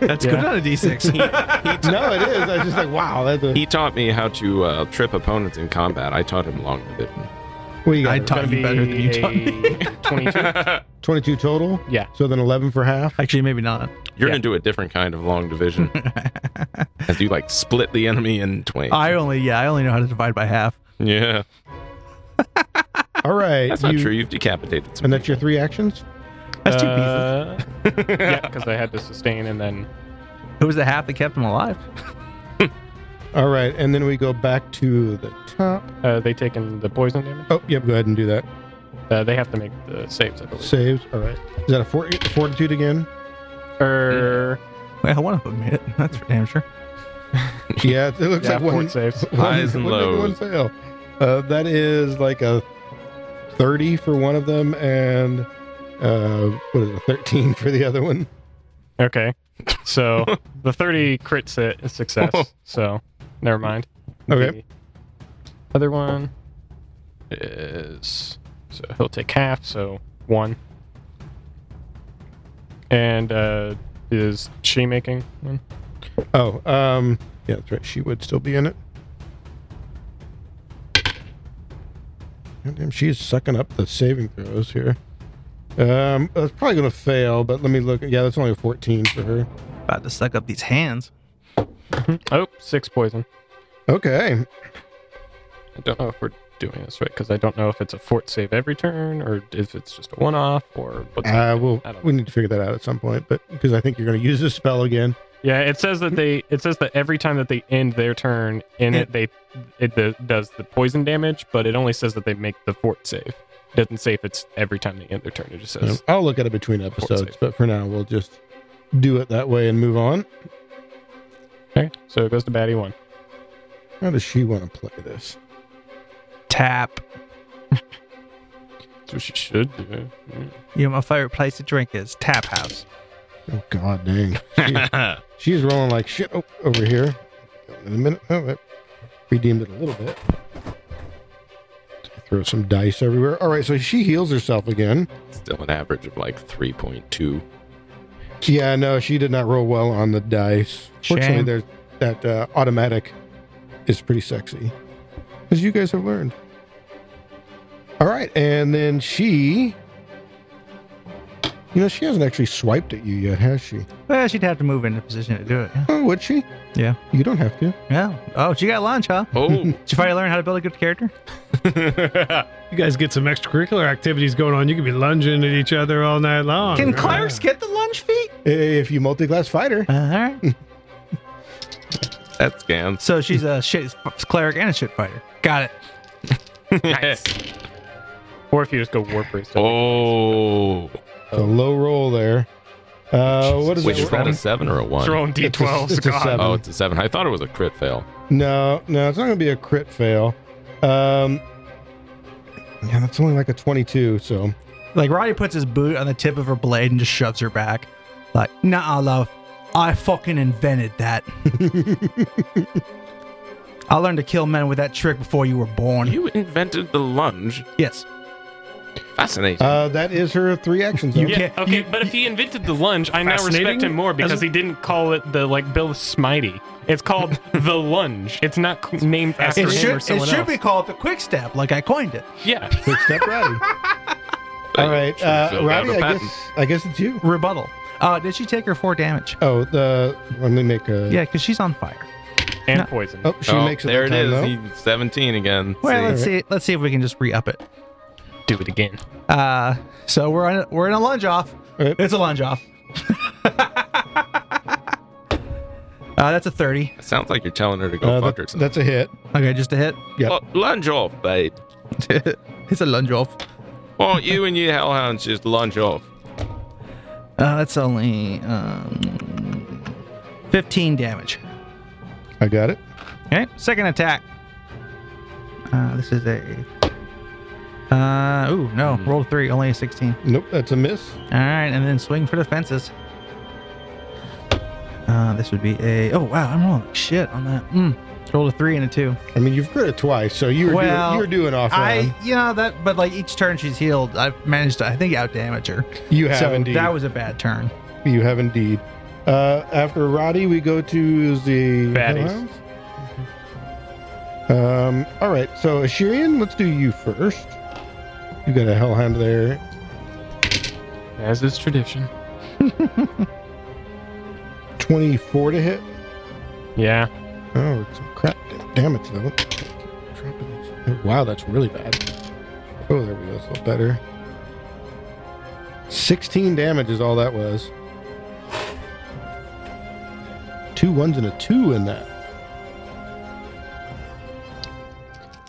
That's
Yeah.
good on a d6.
no, it is. I was just like, wow. That's a,
He taught me how to uh, trip opponents in combat. I taught him long division.
what do you got?
I
there?
taught you better than you taught me.
Twenty-two. I
22 total.
Yeah.
So then 11 for half.
Actually, maybe not.
You're
Yeah.
gonna do a different kind of long division, as you like split the enemy in twain.
Uh,
I only, yeah, I only know how to divide by half.
yeah,
All right.
that's not
you-
true. You've decapitated some.
And that's your three actions?
That's two pieces.
Uh, yeah, because I had to sustain and then
It was the half that kept him alive.
All right. And then we go back to the top.
uh, they taken the poison damage.
Oh, yep. Go ahead and do that.
Uh, they have to make the saves, I believe.
Saves. All right. Is that a fort- fortitude again?
Or
Well, one of them made it. That's for damn sure.
Yeah. It looks
yeah,
like one,
fort saves.
one-
Highs and
one- One
lows.
fail. Uh, that is like a 30 for one of them and uh, what is it, 13 for the other one?
Okay. So the thirty crit set is success. So never mind.
Okay.
The other one is so he'll take half, so one. And uh is she making one?
Oh, um, yeah, that's right. She would still be in it. Goddamn, she is sucking up the saving throws here. Um, it's probably gonna fail, but let me look. Yeah, that's only a 14 for her.
About to suck up these hands.
Oh, six poison.
Okay,
I don't know if we're doing this right because I don't know if it's a fort save every turn or if it's just a one off or what's
uh, we'll
I don't
we need to figure that out at some point, but because I think you're gonna use this spell again.
Yeah, it says that they it says that every time that they end their turn in it they it do- does the poison damage, but it only says that they make the fort save. It doesn't say if it's every time they end their turn. It just
Um,
says
I'll look at it between episodes,
save.
but for now we'll just do it that way and move on.
Okay, so it goes to Batty one.
How does she want to play this?
Tap.
So she should do.
You know, my favorite place to drink is Tap House.
Oh God, dang! She- she's rolling like shit o- over here. In a minute, oh, I redeemed it a little bit. Throw some dice everywhere. All right, so she heals herself again.
Still an average of like 3.2.
Yeah, no, she did not roll well on the dice. Fortunately,
Shame.
there's that uh, automatic is pretty sexy, as you guys have learned. All right, and then she, you know, she hasn't actually swiped at you yet, has she?
Well, she'd have to move into position to do it. Yeah.
Oh, would she?
Yeah.
You don't have to.
yeah. Oh, she got lunch, huh?
Oh,
Did you finally learn how to build a good character?
You guys get some extracurricular activities going on. You could be lunging at each other all night long.
Can
Yeah.
Claire's get the lunch feet?
If you multi-class fighter,
Uh, all right.
that scans.
So she's a shit cleric and a shit fighter. Got it.
Or if you just go warp race.
Oh,
a low roll there. Uh, what is
wait,
it?
is that a seven or a one?
Throwing
It's a-
d12s.
it's a
God.
seven.
Oh, it's a seven. I thought it was a crit fail.
No, no, it's not going to be a crit fail. Um, yeah, that's only like a twenty-two. So
Like Roddy puts his boot on the tip of her blade and just shoves her back. Like, nah, love. I fucking invented that. I learned to kill men with that trick before you were born.
You invented the lunge.
yes.
Fascinating.
uh, that is her three actions. though.
You
Yeah,
can't-
okay,
you-
but if he invented the lunge, I now respect
Fascinating?
him more because
Doesn't-
he didn't call it the like Bill Smitey. It's called the lunge. It's not c- named after
It
him
should,
or
it
someone
should
else.
be called the quick step, like I coined it.
Yeah,
Quick step, Roddy. All right,
Should've
uh,
filled out
Roddy.
a
I
patent.
guess I guess it's you.
Rebuttal. Uh, did she take her four damage?
Oh, the let me make a.
Yeah, because she's on fire.
and
No.
poison.
Oh, she
Oh,
makes it.
There
that
it
time,
is.
though.
He's 17 again.
Well,
See?
let's see. Let's see if we can just re up it.
Do it again.
Uh, so we're on, we're in a lunge off.
Right.
It's a lunge off. uh, that's a thirty.
It sounds like you're telling her to go
Uh,
fuck
that-
herself.
that's a hit.
Okay, just a hit.
yep.
Oh, lunge off, babe.
it's a lunge off.
Oh, you and you hellhounds just lunge off.
Uh, that's only um, fifteen damage.
I got it.
Okay, second attack. Uh, this is a. Uh, ooh, no, roll three, only a sixteen.
Nope, that's a miss.
All right, and then swing for the fences. Uh, this would be a. Oh wow, I'm rolling like shit on that. Mm. Roll a three and a two.
I mean, you've crit it twice, so you were
Well,
doing, you were doing off round.
I, you know that, but like each turn she's healed, I've managed to, I think, out damage her.
You have
so
indeed.
that was a bad turn.
you have indeed. Uh, after Roddy, we go to the
Baddies.
Hellhounds. Um. All right. So Assyrian, let's do you first. You got a hellhound there.
As is tradition.
Twenty-four to hit.
Yeah.
Oh, it's some crap damage though. Crap damage. Oh, Wow, that's really bad. Oh, there we go. It's a little better. 16 damage is all that was. Two ones and a two in that.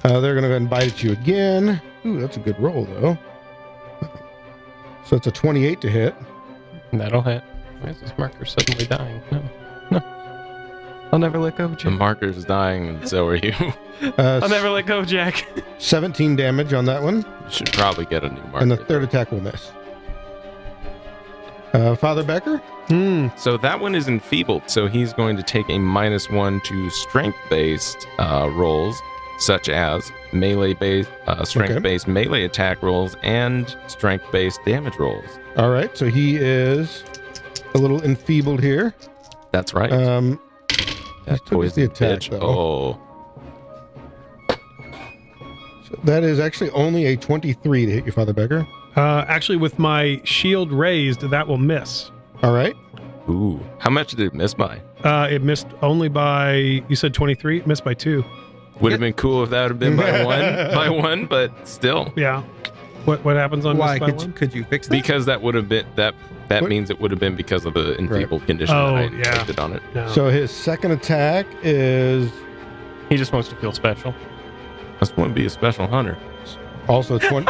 Uh, they're going to go ahead and bite at you again. Ooh, that's a good roll, though. So it's a 28 to hit.
That'll hit. Why is this marker suddenly dying? No. No. Um, I'll never let go,
The marker's dying, and so are you. you
Uh,
I'll never let go, Jack.
17 damage on that one.
should probably get a new marker.
And the third attack will miss. Uh, Father Becker?
So that one is enfeebled, so he's going to take a minus one to strength based uh, rolls, such as melee based, uh, strength based melee attack rolls, and strength based damage rolls.
All right, so he is a little enfeebled here.
That's right.
Um,
that
took the attack,
bitch. Oh.
though. so that is actually only a 23 to hit you, Father Becker.
Uh, actually, with my shield raised, that will miss.
All right.
Oh. Ooh. How much did it miss by?
Uh, it missed only by you said twenty three. It missed by two.
Would have been cool if that would have been by one, by one, but still,
Yeah. What what happens on missed by
Could you,
one?
could you fix that?
because that would have been that. That
What-
means it would have been because of the enfeebled condition
Oh,
that I
yeah.
inflicted on it.
No.
So his second attack is
He just wants to feel special.
That's going to be a special hunter.
also 20.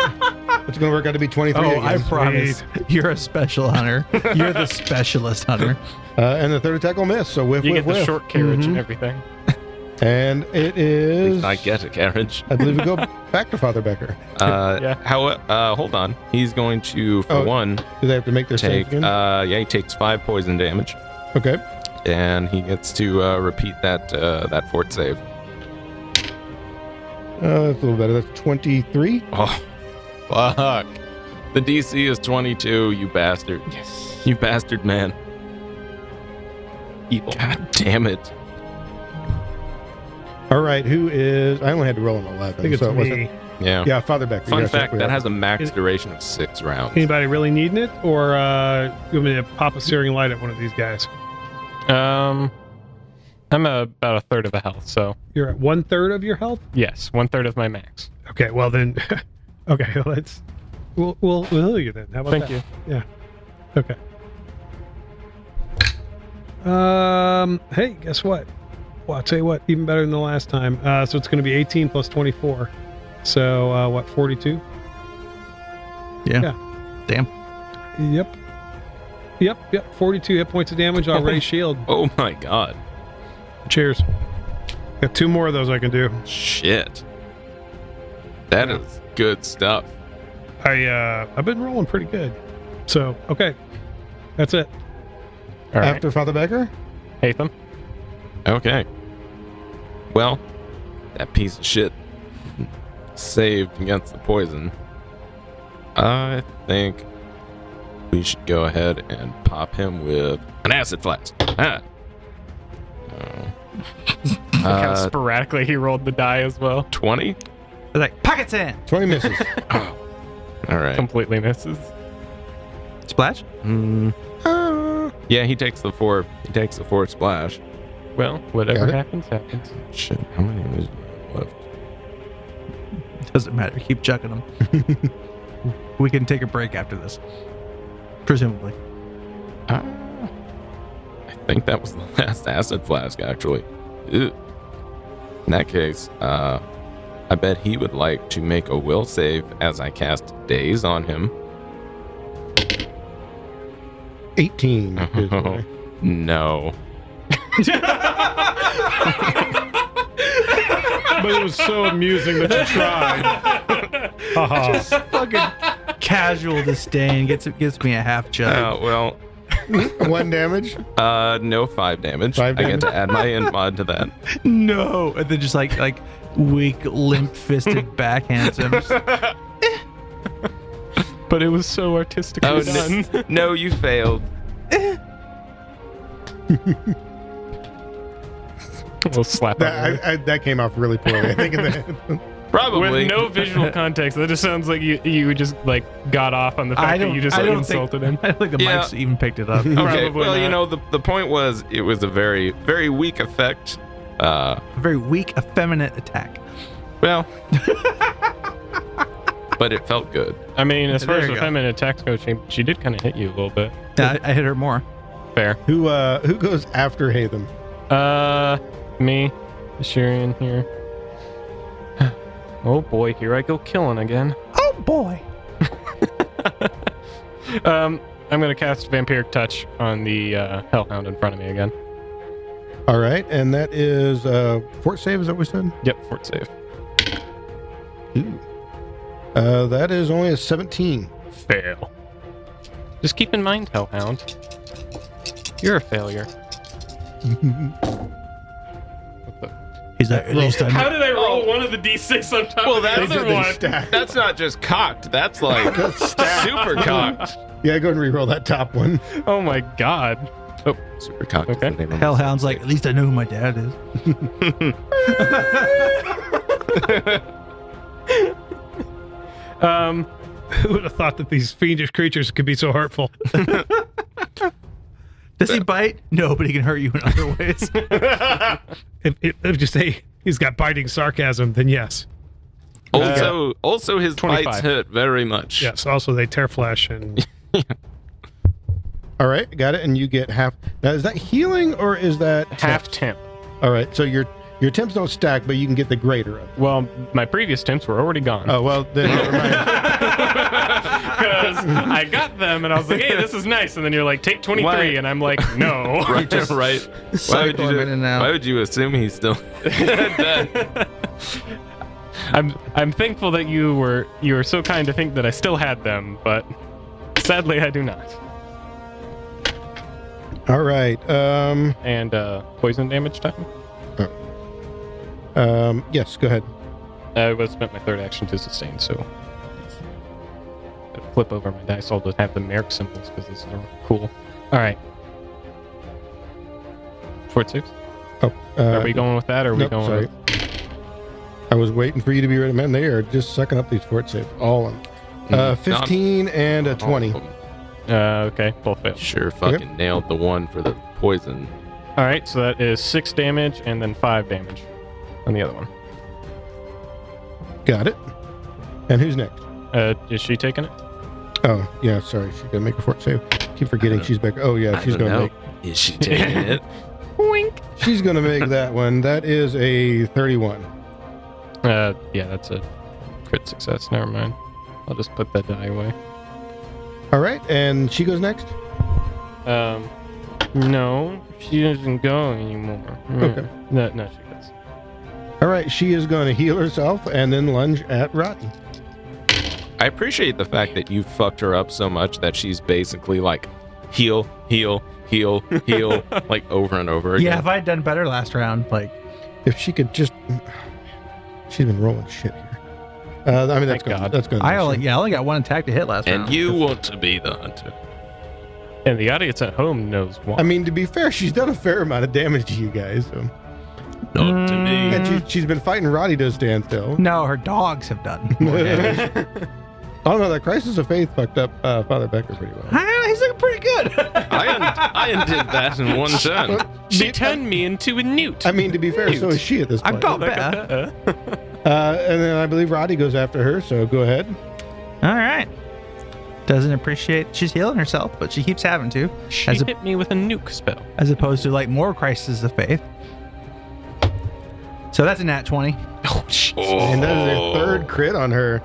It's going to work out to be 23
Oh,
again.
I promise. You're a special hunter. You're the specialist hunter.
uh, and the third attack will miss. So whiff,
You
whiff,
get the
whiff.
short carriage and everything.
and it is.
I get a carriage.
I believe we go back to Father Becker.
Uh,
Yeah.
How? Uh, hold on. He's going to, for
Oh,
one,
Do they have to make their
take.
save again?
Uh, yeah, he takes five poison damage,
okay. uh,
and he gets to uh, repeat that uh, that fort save.
Uh, that's a little better. That's 23.
Oh, fuck! The DC is twenty-two. You bastard! Yes. You bastard man. Evil. God damn it!
All right. Who is. I only had to roll an 11.
I think it's
so it
me.
wasn't.
Yeah.
Yeah, Father Becker.
Fun
yes, that's
fact:
what
that
we
has a max
Is-
duration of six rounds.
Anybody really needing it, or uh, you want me to pop a searing light at one of these guys?
Um, I'm uh about a third of a health, so
You're at one third of your health.
yes, one third of my max.
Okay, well then, okay, let's we'll we'll, we'll heal you then. How about
Thank
that?
you.
Okay. Um. Hey, guess what? Well, I'll tell you what. Even better than the last time. Uh, so it's going to be 18 plus 24. So uh, what? 42.
Yeah. Damn.
Yep. Yep. Yep. 42 hit points of damage already. shield.
Oh my god!
Cheers. Got two more of those I can do.
Shit. That is good stuff.
I uh, I've been rolling pretty good. So okay, that's it.
All
had.
right,
After Father Becker?
Hatham.
Okay. Well, that piece of shit saved against the poison. I think we should go ahead and pop him with an acid flask. Ah.
Look how
Uh,
sporadically he rolled the die as well.
20?
They're like, pockets in.
20 misses.
All right.
Completely misses.
Splash?
Mm. Yeah, he takes the four. He takes the four splash.
Well, whatever
Got it.
happens, happens.
Shit, how many is left?
Doesn't matter. Keep chucking them. we can take a break after this. Presumably.
Ah. I think that was the last acid flask, actually. Ew. In that case, uh, I bet he would like to make a will save as I cast Daze on him.
18.
Oh.
is what I-
no.
But it was so amusing that you tried.
Oh.
Haha.
Fucking casual disdain gets gives me a half chug.
Oh,
Uh, well,
One damage.
uh, no five damage.
Five
I get to add my end mod to that.
No. And then just like like weak, limp fisted backhands him.
But it was so artistically
Oh,
done.
no, no, you failed.
we'll slap him.
That, I, I, that came off really poorly. I think in the,
Probably.
With no visual context, that just sounds like you you just like got off on the
I
fact
don't,
that you just
I
like,
don't
insulted
think,
him.
I don't think the
Yeah.
mics even picked it up.
Okay,
Probably
well, you
not.
know, the, the point was it was a very, very weak effect. Uh,
A very weak, effeminate attack.
Well, but it felt good.
I mean, as far
There
as
you
the
go.
feminine attacks go, she, she did kind of hit you a little bit.
Yeah, I, I hit her more.
Fair.
who uh, who goes after Hatham?
Uh, me, Shirian here. Oh boy, here I go killing again.
Oh boy.
Um, I'm gonna cast Vampiric Touch on the uh, Hellhound in front of me again.
All right, and that is uh, fort save. Is that what we said?
Yep, fort save.
Uh, that is only a 17.
Fail. Just keep in mind, Hellhound, you're a failure.
He's like, at least I'm
did I roll one of the d6 on top
Oh. Well, of the that's- other
They stack.
That's not just cocked. That's like super cocked.
Yeah, go and re-roll that top one.
Oh my god.
Oh, super cocked. is
Okay.
the name of it.
Hellhound's like, at least I know who my dad is.
Um,
Who would have thought that these fiendish creatures could be so hurtful?
Does
Uh,
he bite? No, but he can hurt you in other ways.
If, if, if you say he's got biting sarcasm, then yes.
Also, also his
25.
bites hurt very much.
Yes. Also, they tear flesh and
All right, got it. And you get half. Now, is that healing or is that
half
temps?
temp.
All right, so your your temps don't stack, but you can get the greater of. it.
Oh.
Well, my previous temps were already gone.
Oh well, then never mind.
because I got them and I was like, hey, this is nice. And then you're like, take 23.
Why-
And I'm like, no.
Right,
just
right. Why would,
cycle
you
him
do-
in and out.
why would you assume he's still dead?
I'm I'm thankful that you were you were so kind to think that I still had them, but sadly I do not.
All right. Um,
And uh, poison damage time.
um, yes, go ahead.
I was spent my third action to sustain, so Gotta flip over my dice. I'll just have the merrick symbols because these are cool. All right. Fort six.
Oh, uh,
Are we going with that? or Are we
nope,
going?
sorry.
With...
I was waiting for you to be ready. Man, they are just sucking up these fort saves. All of them. Uh,
Mm, no, I'm-
15 and a 20.
Uh, okay, both fail.
Oh, Sure, fucking nailed the one for the poison.
All right, so that is six damage and then five damage on the other one.
Got it. And who's next?
Uh, is she taking it?
Oh, yeah, sorry. She's going to make a fort save. Keep forgetting
Uh,
she's back. Oh, yeah, she's going to make.
Is she taking it?
She's going to make that one. That is a 31.
Uh, yeah, that's a crit success. Never mind. I'll just put that die away.
All right, and she goes next.
Um, no, she doesn't go anymore. Hmm.
Okay.
No, no, she does.
All right, she is going to heal herself and then lunge at Rodney.
I appreciate the fact that you fucked her up so much that she's basically like heal, heal, heal, heal, like over and over
Yeah,
again.
if I had done better last round, like
If she could just, she's been rolling shit here. Uh, I mean,
Thank
that's good.
God.
That's good.
I only yeah, I only got one attack to hit last round.
and you want to be the hunter.
And the audience at home knows why.
I mean, to be fair, she's done a fair amount of damage to you guys. So.
Not to
Mm.
me.
And she, she's been fighting Roddy to a standstill.
No, her dogs have done.
I don't know. That crisis of faith fucked up uh, Father Becker pretty well.
Ah, He's looking pretty good.
I, un- I undid that in one turn.
she turned me into a newt.
I mean, to be fair, so is she at this
I'm
point.
got
Like a-
better.
uh,
Uh, and then I believe Roddy goes after her. So go ahead.
All right. Doesn't appreciate she's healing herself, but she keeps having to,
she
as, a,
hit me with a nuke spell.
as opposed to like more crises of faith. So that's a nat twenty.
And that is
Oh.
a third crit on her.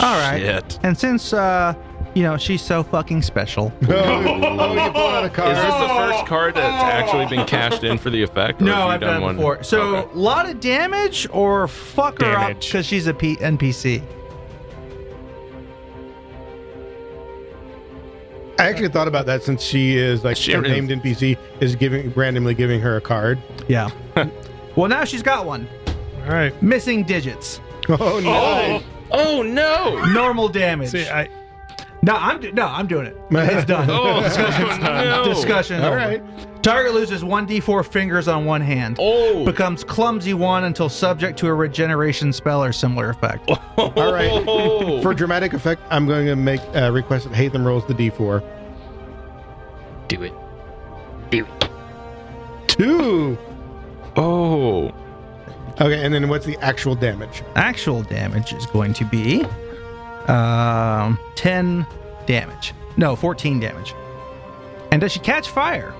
All right.
Shit.
And since uh, you know she's so fucking special,
Oh, oh, you pulled out a card.
Is this the first card that's actually been cashed in for the effect? or have
Oh. No,
you
I've done, it
one?
before. So a
Okay.
lot of damage or fuck her up
Damage.
because she's a P- NPC.
I actually thought about that since she is like
She
her
is.
named NPC is giving randomly giving her a card.
Yeah. well, now she's got one.
All right.
Missing digits.
Oh no!
Oh no!
Normal damage.
See, I,
no, I'm do- no, I'm doing it. It's done.
Oh no!
Discussion.
All
over.
right.
Target loses 1d4 fingers on one hand.
Oh.
Becomes clumsy one until subject to a regeneration spell or similar effect.
All right.
Oh.
Oh.
For dramatic effect, I'm going to make a request that Hatham rolls the d4.
Do it.
Two.
oh.
Okay, and then what's the actual damage?
Actual damage is going to be um, 10 damage. No, 14 damage. And does she catch fire?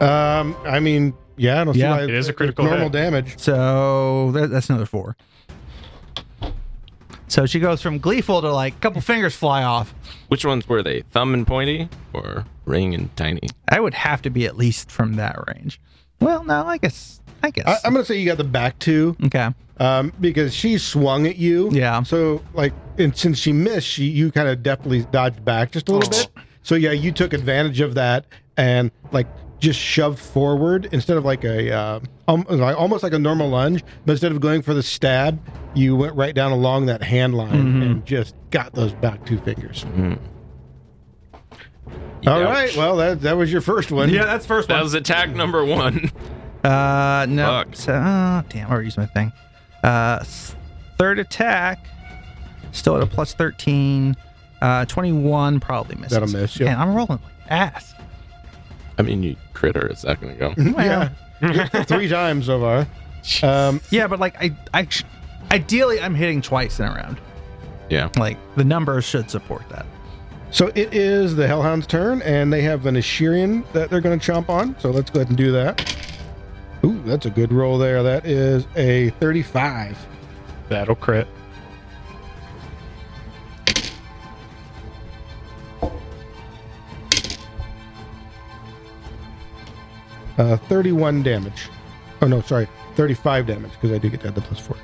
Um, I mean, yeah, I don't
Yeah.
see why
It is a
it's
critical
normal
hit.
damage.
So that, that's another four. So she goes from gleeful to like a couple fingers fly off.
Which ones were they? Thumb and pointy or ring and tiny?
I would have to be at least from that range. Well, no, I guess. I guess.
I, I'm going to say you got the back two
okay.
um, because she swung at you.
Yeah.
So like, and since she missed, she you kind of deftly dodged back just a little bit. So yeah, you took advantage of that and like just shoved forward instead of like a uh, um, like, almost like a normal lunge, but instead of going for the stab, you went right down along that hand line and just got those back two fingers. All
Ouch.
right. Well, that that was your first one.
that's first
That was attack number one.
Uh, no.
Fuck.
So, uh, damn, I already used my thing. Uh, s- third attack, still at a plus 13. Uh, 21 probably misses.
That'll miss, yeah.
And I'm rolling like ass.
I mean, you critter a second ago.
Well,
Yeah. Three times so far. Um,
yeah, but like, I, I sh- ideally, I'm hitting twice in a round.
Yeah.
Like, the numbers should support that.
So it is the Hellhound's turn, and they have an Assyrian that they're going to chomp on. So let's go ahead and do that. Ooh, that's a good roll there. That is a 35.
That'll crit.
Uh, 31 damage. Oh, no, sorry. 35 damage because I do get to add the plus four.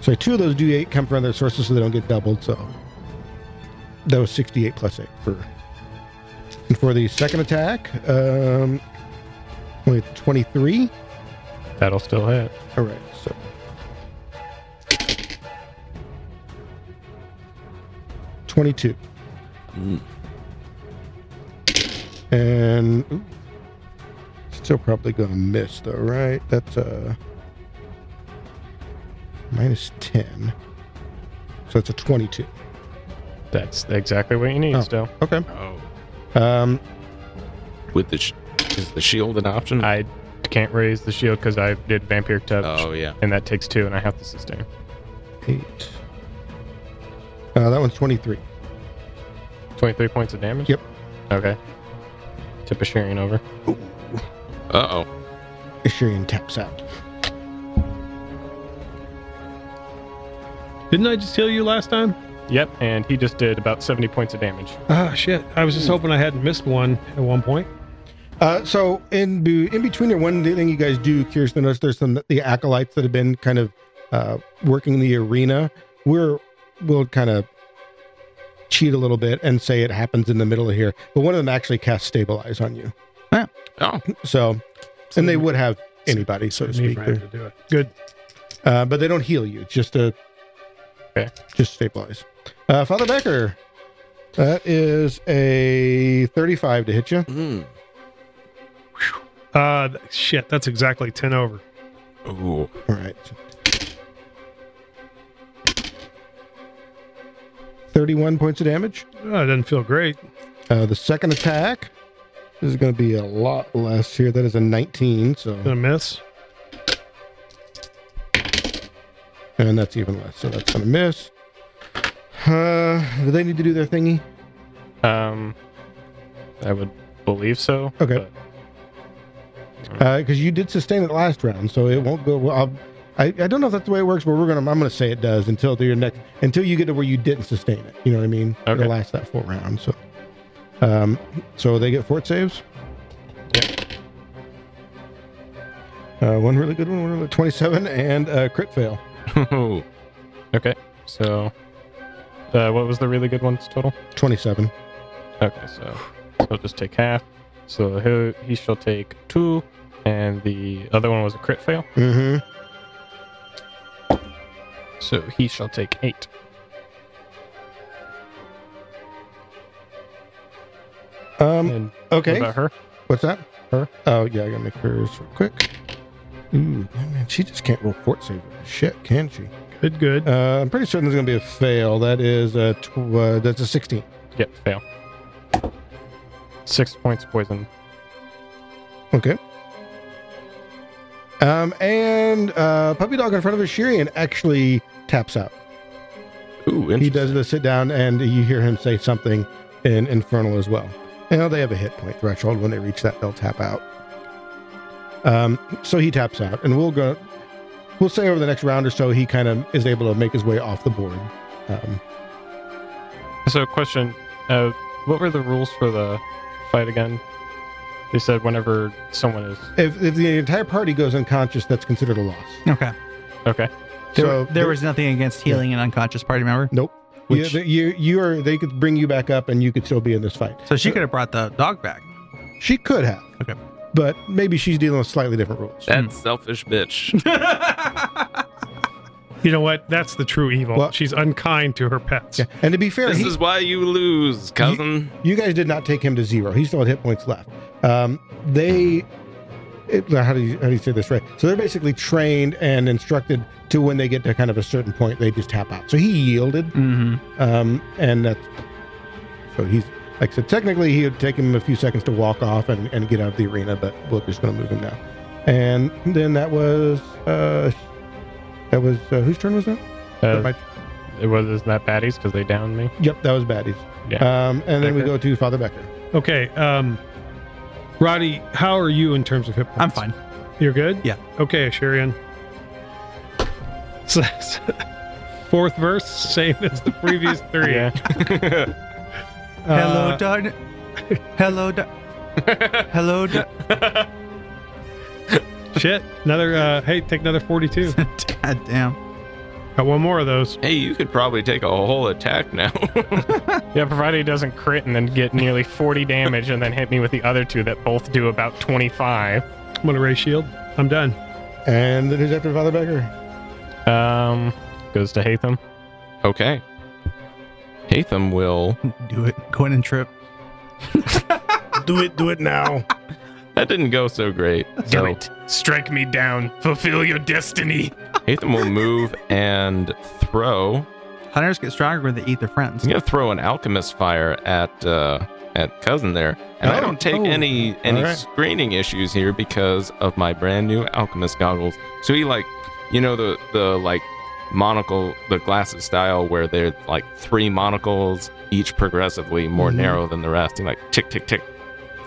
So two of those D8 come from other sources so they don't get doubled. So that was 68 plus 8 for. And for the second attack, um, only 23.
That'll still hit.
All right, so. Twenty-two. And ooh, still probably gonna miss though, right? That's uh minus ten. So it's a twenty-two.
That's exactly what you need
Oh.
still.
Okay.
Oh.
Um
With the sh- is the shield an option?
I can't raise the shield because I did vampiric touch,
oh yeah.
and that takes two, and I have to sustain.
eight. Uh, that one's twenty-three.
Twenty-three points of damage.
Yep.
Okay. Tip a sharing over.
Uh oh.
Ishirian taps out.
Didn't I just heal you last time?
Yep, and he just did about seventy points of damage.
Ah, shit. I was just hoping I hadn't missed one at one point.
Uh, so in be- in between there, one thing you guys do curious to notice there's some the acolytes that have been kind of uh, working the arena. We're we'll kind of cheat a little bit and say it happens in the middle of here, but one of them actually casts stabilize on you.
Oh.
So, and they would have anybody, so to
Me
speak,
if I had to do it. Good.
uh, but they don't heal you. It's just a
Okay.
just stabilize. Uh, Father Becker, that is a 35 to hit you.
Mm.
Uh, th- shit. That's exactly 10 over.
Ooh.
All right. 31 points of damage.
Oh, it doesn't feel great.
Uh, the second attack this is going to be a lot less here. That is a 19, so
Gonna miss.
and that's even less. So that's going to miss. Uh, do they need to do their thingy?
Um, I would believe so.
Okay.
but-
Because Uh, you did sustain it last round, so it won't go. Well, I'll, I I don't know if that's the way it works, but we're gonna I'm gonna say it does until your next until you get to where you didn't sustain it. You know what I mean?
Okay.
It'll last that full round. So, um, so they get fort saves. Uh, one really good one, one really 27 and a crit fail.
okay. So, uh, what was the really good ones total?
27.
Okay, so he'll just take half. So he he shall take two, and the other one was a crit fail.
Mm-hmm.
So he shall take eight.
Um,
And
okay.
What about her?
What's that?
Her?
Oh yeah, I gotta make hers real quick. Ooh, man, she just can't roll fort save. Shit, can she?
Good, good.
Uh, I'm pretty certain there's going to be a fail. That is a tw- uh, that's a 16.
Yep, fail. Six points of poison.
Okay. Um, and uh, puppy dog in front of Ashirian actually taps out.
Ooh.
He does
interesting.
the sit down, and you hear him say something in Infernal as well. Now they have a hit point threshold. When they reach that, they'll tap out. Um, so he taps out, and we'll go. We'll say over the next round or so, he kind of is able to make his way off the board. Um,
So, question: uh, What were the rules for the fight again? They said whenever someone is
if, if the entire party goes unconscious, that's considered a loss.
Okay.
okay.
There,
so
there was nothing against healing an unconscious party member.
Nope.
Which-
yeah, you, you are. They could bring you back up, and you could still be in this fight.
So she could have brought the dog back.
She could have.
Okay.
But maybe she's dealing with slightly different rules.
That selfish bitch.
You know what? That's the true evil.
Well-
She's unkind to her pets.
Yeah. And to be fair,
this
he-
is why you lose, cousin.
you guys did not take him to zero. He still had hit points left. Um, they. It, how do you how do you say this right? So they're basically trained and instructed to when they get to kind of a certain point, they just tap out. So he yielded,
Mm-hmm.
um, and that's so he's like I said. Technically, he would take him a few seconds to walk off and, and get out of the arena, but we're just going to move him now. And then that was uh, that was uh, whose turn was that?
Uh,
Right.
it was isn't that baddies because they downed me.
Yep, that was baddies.
Yeah.
Um, and then we
Becker.
go to Father Becker.
Okay. Um, Roddy, how are you in terms of hip? points?
I'm fine.
You're good?
Yeah.
Okay, Sharian. So- so- Fourth verse, same as the previous three.
Yeah.
Hello,
Uh,
Dun. Hello, Dun. Hello, d-
Shit. Another, uh, hey, take another 42.
God damn.
Got one more of those.
Hey, you could probably take a whole attack now.
Yeah, provided he doesn't crit and then get nearly 40 damage and then hit me with the other two that both do about 25.
I'm going to raise shield. I'm done.
And then who's after Father Becker?
Um, goes to Hatham.
okay. Hatham will.
Do it. Go in and trip.
Do it, do it now.
That didn't go so great. so
Strike me down. Fulfill your destiny.
Hatham will move and throw.
Hunters get stronger when they eat their friends.
He's gonna throw an alchemist fire at uh, at cousin there, and I don't take
Oh.
any any
Alright.
screening issues here because of my brand new alchemist goggles. So he like, you know the the like monocle, the glasses style where they're like three monocles, each progressively more
Mm-hmm.
narrow than the rest. He like tick tick tick,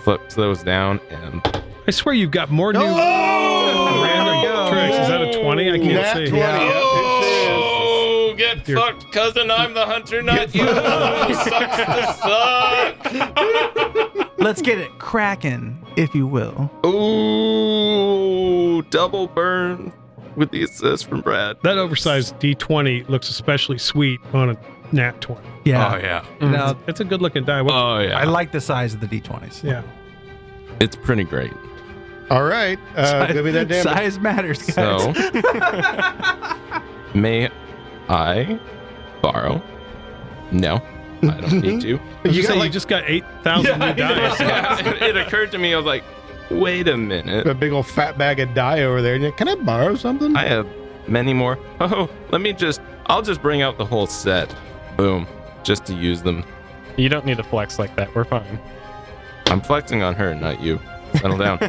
flips those down and
I swear you've got more new random
Oh!
tricks. Is that a 20? I can't
Nat
see.
20, yep,
Oh, get
You're-
fucked, cousin. I'm the hunter, not you. Sucks to suck.
Let's get it cracking, if you will.
Ooh, double burn with the assist from Brad.
That oversized D20 looks especially sweet on a nat 20.
Oh,
Yeah.
yeah.
Now,
It's a good looking die. What-
Uh,
Oh, yeah.
I like the size of the d20s.
yeah.
it's pretty great.
it is. All right. Uh, give me that damage.
size matters, guys.
So, may I borrow? No, I don't need to.
You,
got,
say you
like,
just got 8,000 new dice.
Yeah, it, it occurred to me, I was like, wait a minute.
a big old fat bag of dye over there. And you're like, Can I borrow something?
I have many more. Oh, let me just, I'll just bring out the whole set. Boom. Just to use them.
You don't need to flex like that. We're fine.
I'm flexing on her, not you. Settle down.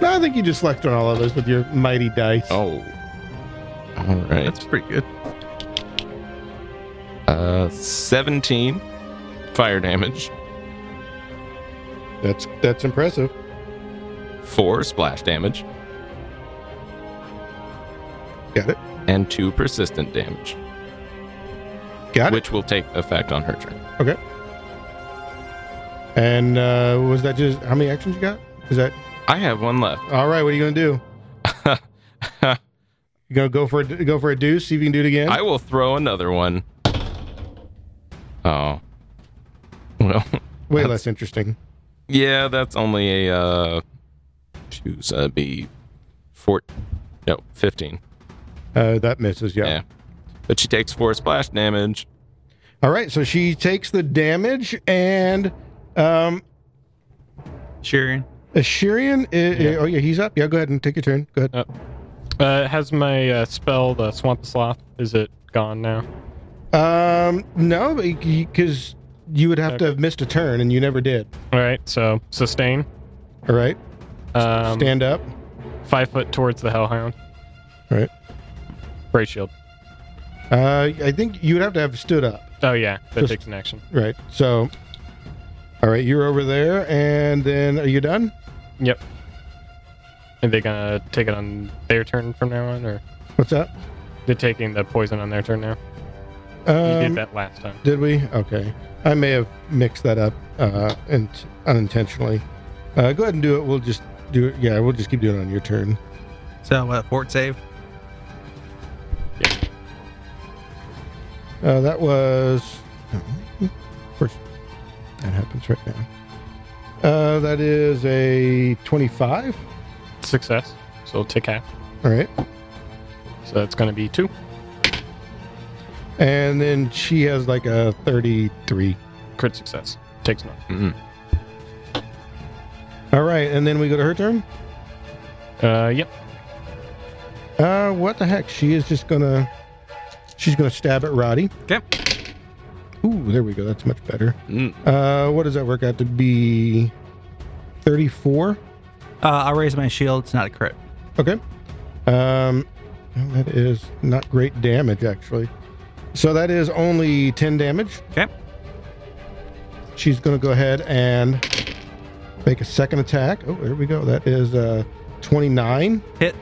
no, I think you just flexed on all of us with your mighty dice.
oh. All right.
That's pretty good.
Uh, 17 fire damage,
That's that's impressive.
4 splash damage,
Got it.
and 2 persistent damage,
Got
which will take effect on her turn.
it. And uh, was that just how many actions you got? Is that
I have one left.
all right? What are you gonna do? You gonna go for a, go for a deuce? See if you can do it again.
I will throw another one. Oh. Well,
Way less interesting.
yeah, that's only a, uh, choose a B. Four, no, 15.
Uh, that misses. Yeah.
Yeah. But she takes 4 splash damage.
All right. So she takes the damage, and um, uh,
Sure.
Ashirian. i-
Yeah.
oh yeah, he's up. Yeah, go ahead and take your turn. Go ahead.
Uh, has my uh, spell, the Swamp Sloth, is it gone now?
Um, no, because you would have to have missed a turn, and you never did.
All right, so sustain.
All right.
Um,
Stand up.
Five foot towards the Hellhound.
All right.
Ray shield.
Uh, I think you would have to have stood up.
Oh yeah, that
Just-
takes an action.
Right. So, all right, you're over there, and then are you done?
Yep. Are they gonna take it on their turn from now on, or
What's up?
they're taking the poison on their turn now? you
Um,
did that last time.
did we? Okay. I may have mixed that up uh, and unintentionally. Uh, go ahead and do it. We'll just do it. Yeah, we'll just keep doing it on your turn.
So, what, fort save?
Uh, that was. hmm, First, that happens right now. Uh, that is a 25.
Success. So tick half.
All right.
So that's gonna be two.
And then she has like a 33.
Crit success. Takes none.
All right. And then we go to her turn.
Uh, yep.
Uh, what the heck? She is just gonna, she's gonna stab at Roddy.
Okay.
Ooh, there we go. That's much better.
Mm.
Uh, what does that work out to be? Thirty-four.
Uh, I'll raise my shield. It's not a crit.
Okay. Um, that is not great damage actually. So that is only ten damage.
Okay.
She's gonna go ahead and make a second attack. Oh, there we go. That is uh, twenty-nine.
Hit.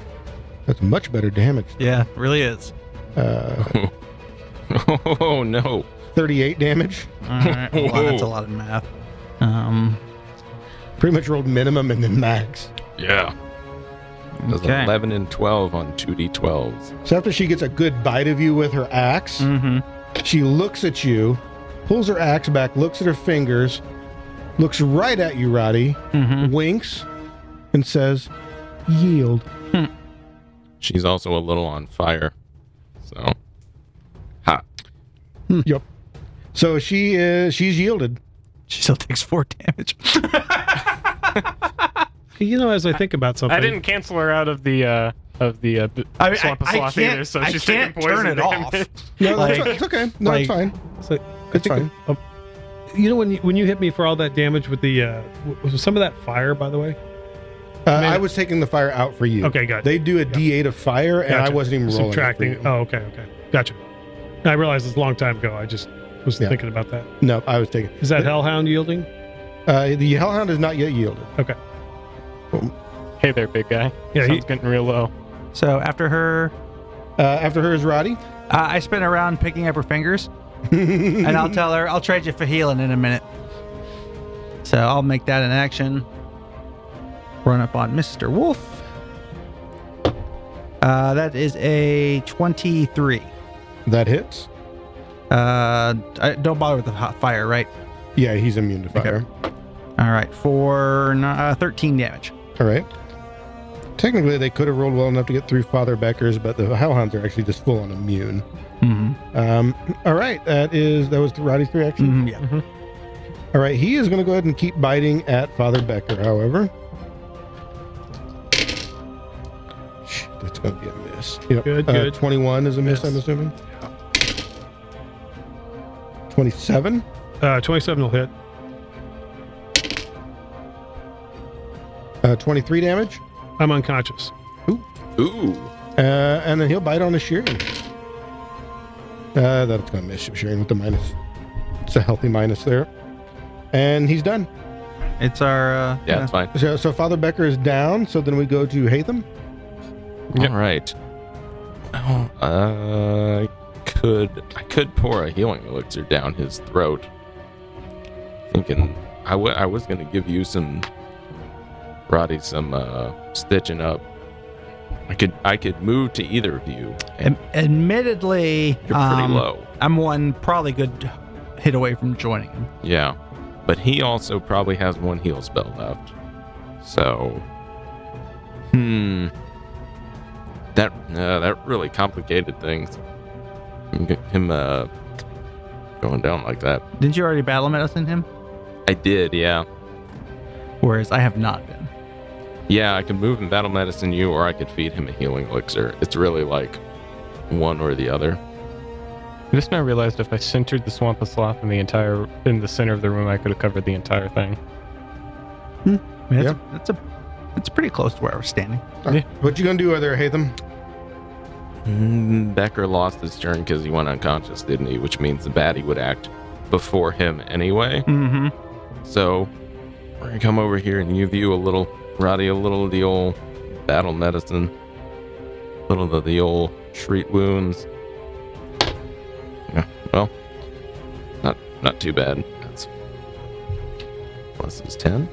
That's much better damage.
Yeah, really is.
Uh,
Oh, no.
thirty-eight damage.
All right. Well, that's a lot of math. Um,
Pretty much rolled minimum and then max.
Yeah. It was
Okay.
11 and 12 on 2d12s.
So after she gets a good bite of you with her ax
Mm-hmm.
she looks at you, pulls her axe back, looks at her fingers, looks right at you, Roddy,
Mm-hmm.
winks, and says, "Yield."
She's also a little on fire. So, hot.
Yep. So she is. She's yielded.
She still takes four damage.
You know, as I think about something,
I didn't cancel her out of the uh, of the uh, b-
I mean,
swamp of
I, I
sloth
can't,
either, so
I
she's
can't
taking poison
turn it off.
damage.
No,
Like-
that's, it's okay. No,
like-
it's fine.
So, I
It's
think
fine.
of- you know when you, when you hit me for all that damage with the uh, w- was some of that fire, by the way.
Uh,
Man.
I was taking the fire out for you.
Okay, got it.
They do a 8 of fire, and I
Gotcha.
wasn't even rolling. it for you.
subtracting. Oh, okay, okay, gotcha. I realized it's a long time ago. I just was
Yeah.
thinking about that.
No, I was taking.
Is that Hellhound yielding?
Uh, the hellhound is not yet yielded.
hey there, big guy.
Yeah,
Yeah,
he-
he's getting real low.
So after her,
Uh, after her is Roddy.
uh, I spin around picking up her fingers, and I'll tell her I'll trade you for healing in a minute. So I'll make that an action. Run up on Mister Wolf. Uh, that is a twenty-three.
That hits.
Uh, I, don't bother with the hot fire, right?
Yeah, he's immune to fire.
All right, for ni- uh, thirteen damage.
All right. Technically, they could have rolled well enough to get through Father Becker's, but the Hellhounds are actually just full on immune.
Mm-hmm.
Um, all right, that is that was the Roddy's three action.
hmm yeah.
Mm-hmm.
All right, he is going to go ahead and keep biting at Father Becker. However, Shh, that's going to be a miss. Yep.
Good,
uh,
good.
Twenty-one is a miss.
Miss.
I'm assuming. Twenty-seven.
Uh, Twenty-seven will hit.
Uh, Twenty-three damage.
I'm unconscious.
Ooh.
Uh, and then he'll bite on a Sheeran. Uh, that's gonna miss Sheeran with the minus. It's a healthy minus there, and he's done.
It's our. Uh,
Yeah, it's fine.
So, so Father Becker is down. So then we go to Hatham.
All right. Oh, uh, I could I could pour a healing elixir down his throat. Thinking I wa- I was gonna give you some, Roddy, some uh, stitching up. I could I could move to either of you. And
Ad- admittedly,
you're pretty
um,
low.
I'm one probably good hit away from joining him.
Yeah, but he also probably has one heal spell left. So, hmm, that uh, that really complicated things. Him g- Him uh, going down like that.
Didn't you already battle medicine him?
I did, yeah,
Whereas I have not been.
yeah. I could move and battle medicine you, or I could feed him a healing elixir. It's really like one or the other.
I just now realized if I centered the swamp of sloth in the entire in the center of the room, I could have covered the entire thing.
I mean, that's, that's a that's pretty close to where I was standing.
Yeah.
What you gonna do there, Hatham?
Mm, Becker lost his turn because he went unconscious, didn't he? Which means the baddie would act before him anyway.
Mm-hmm.
So we're gonna come over here and you view a little Roddy, a little of the old battle medicine, a little of the old treat wounds. Yeah, well, not not too bad. That's plus is ten.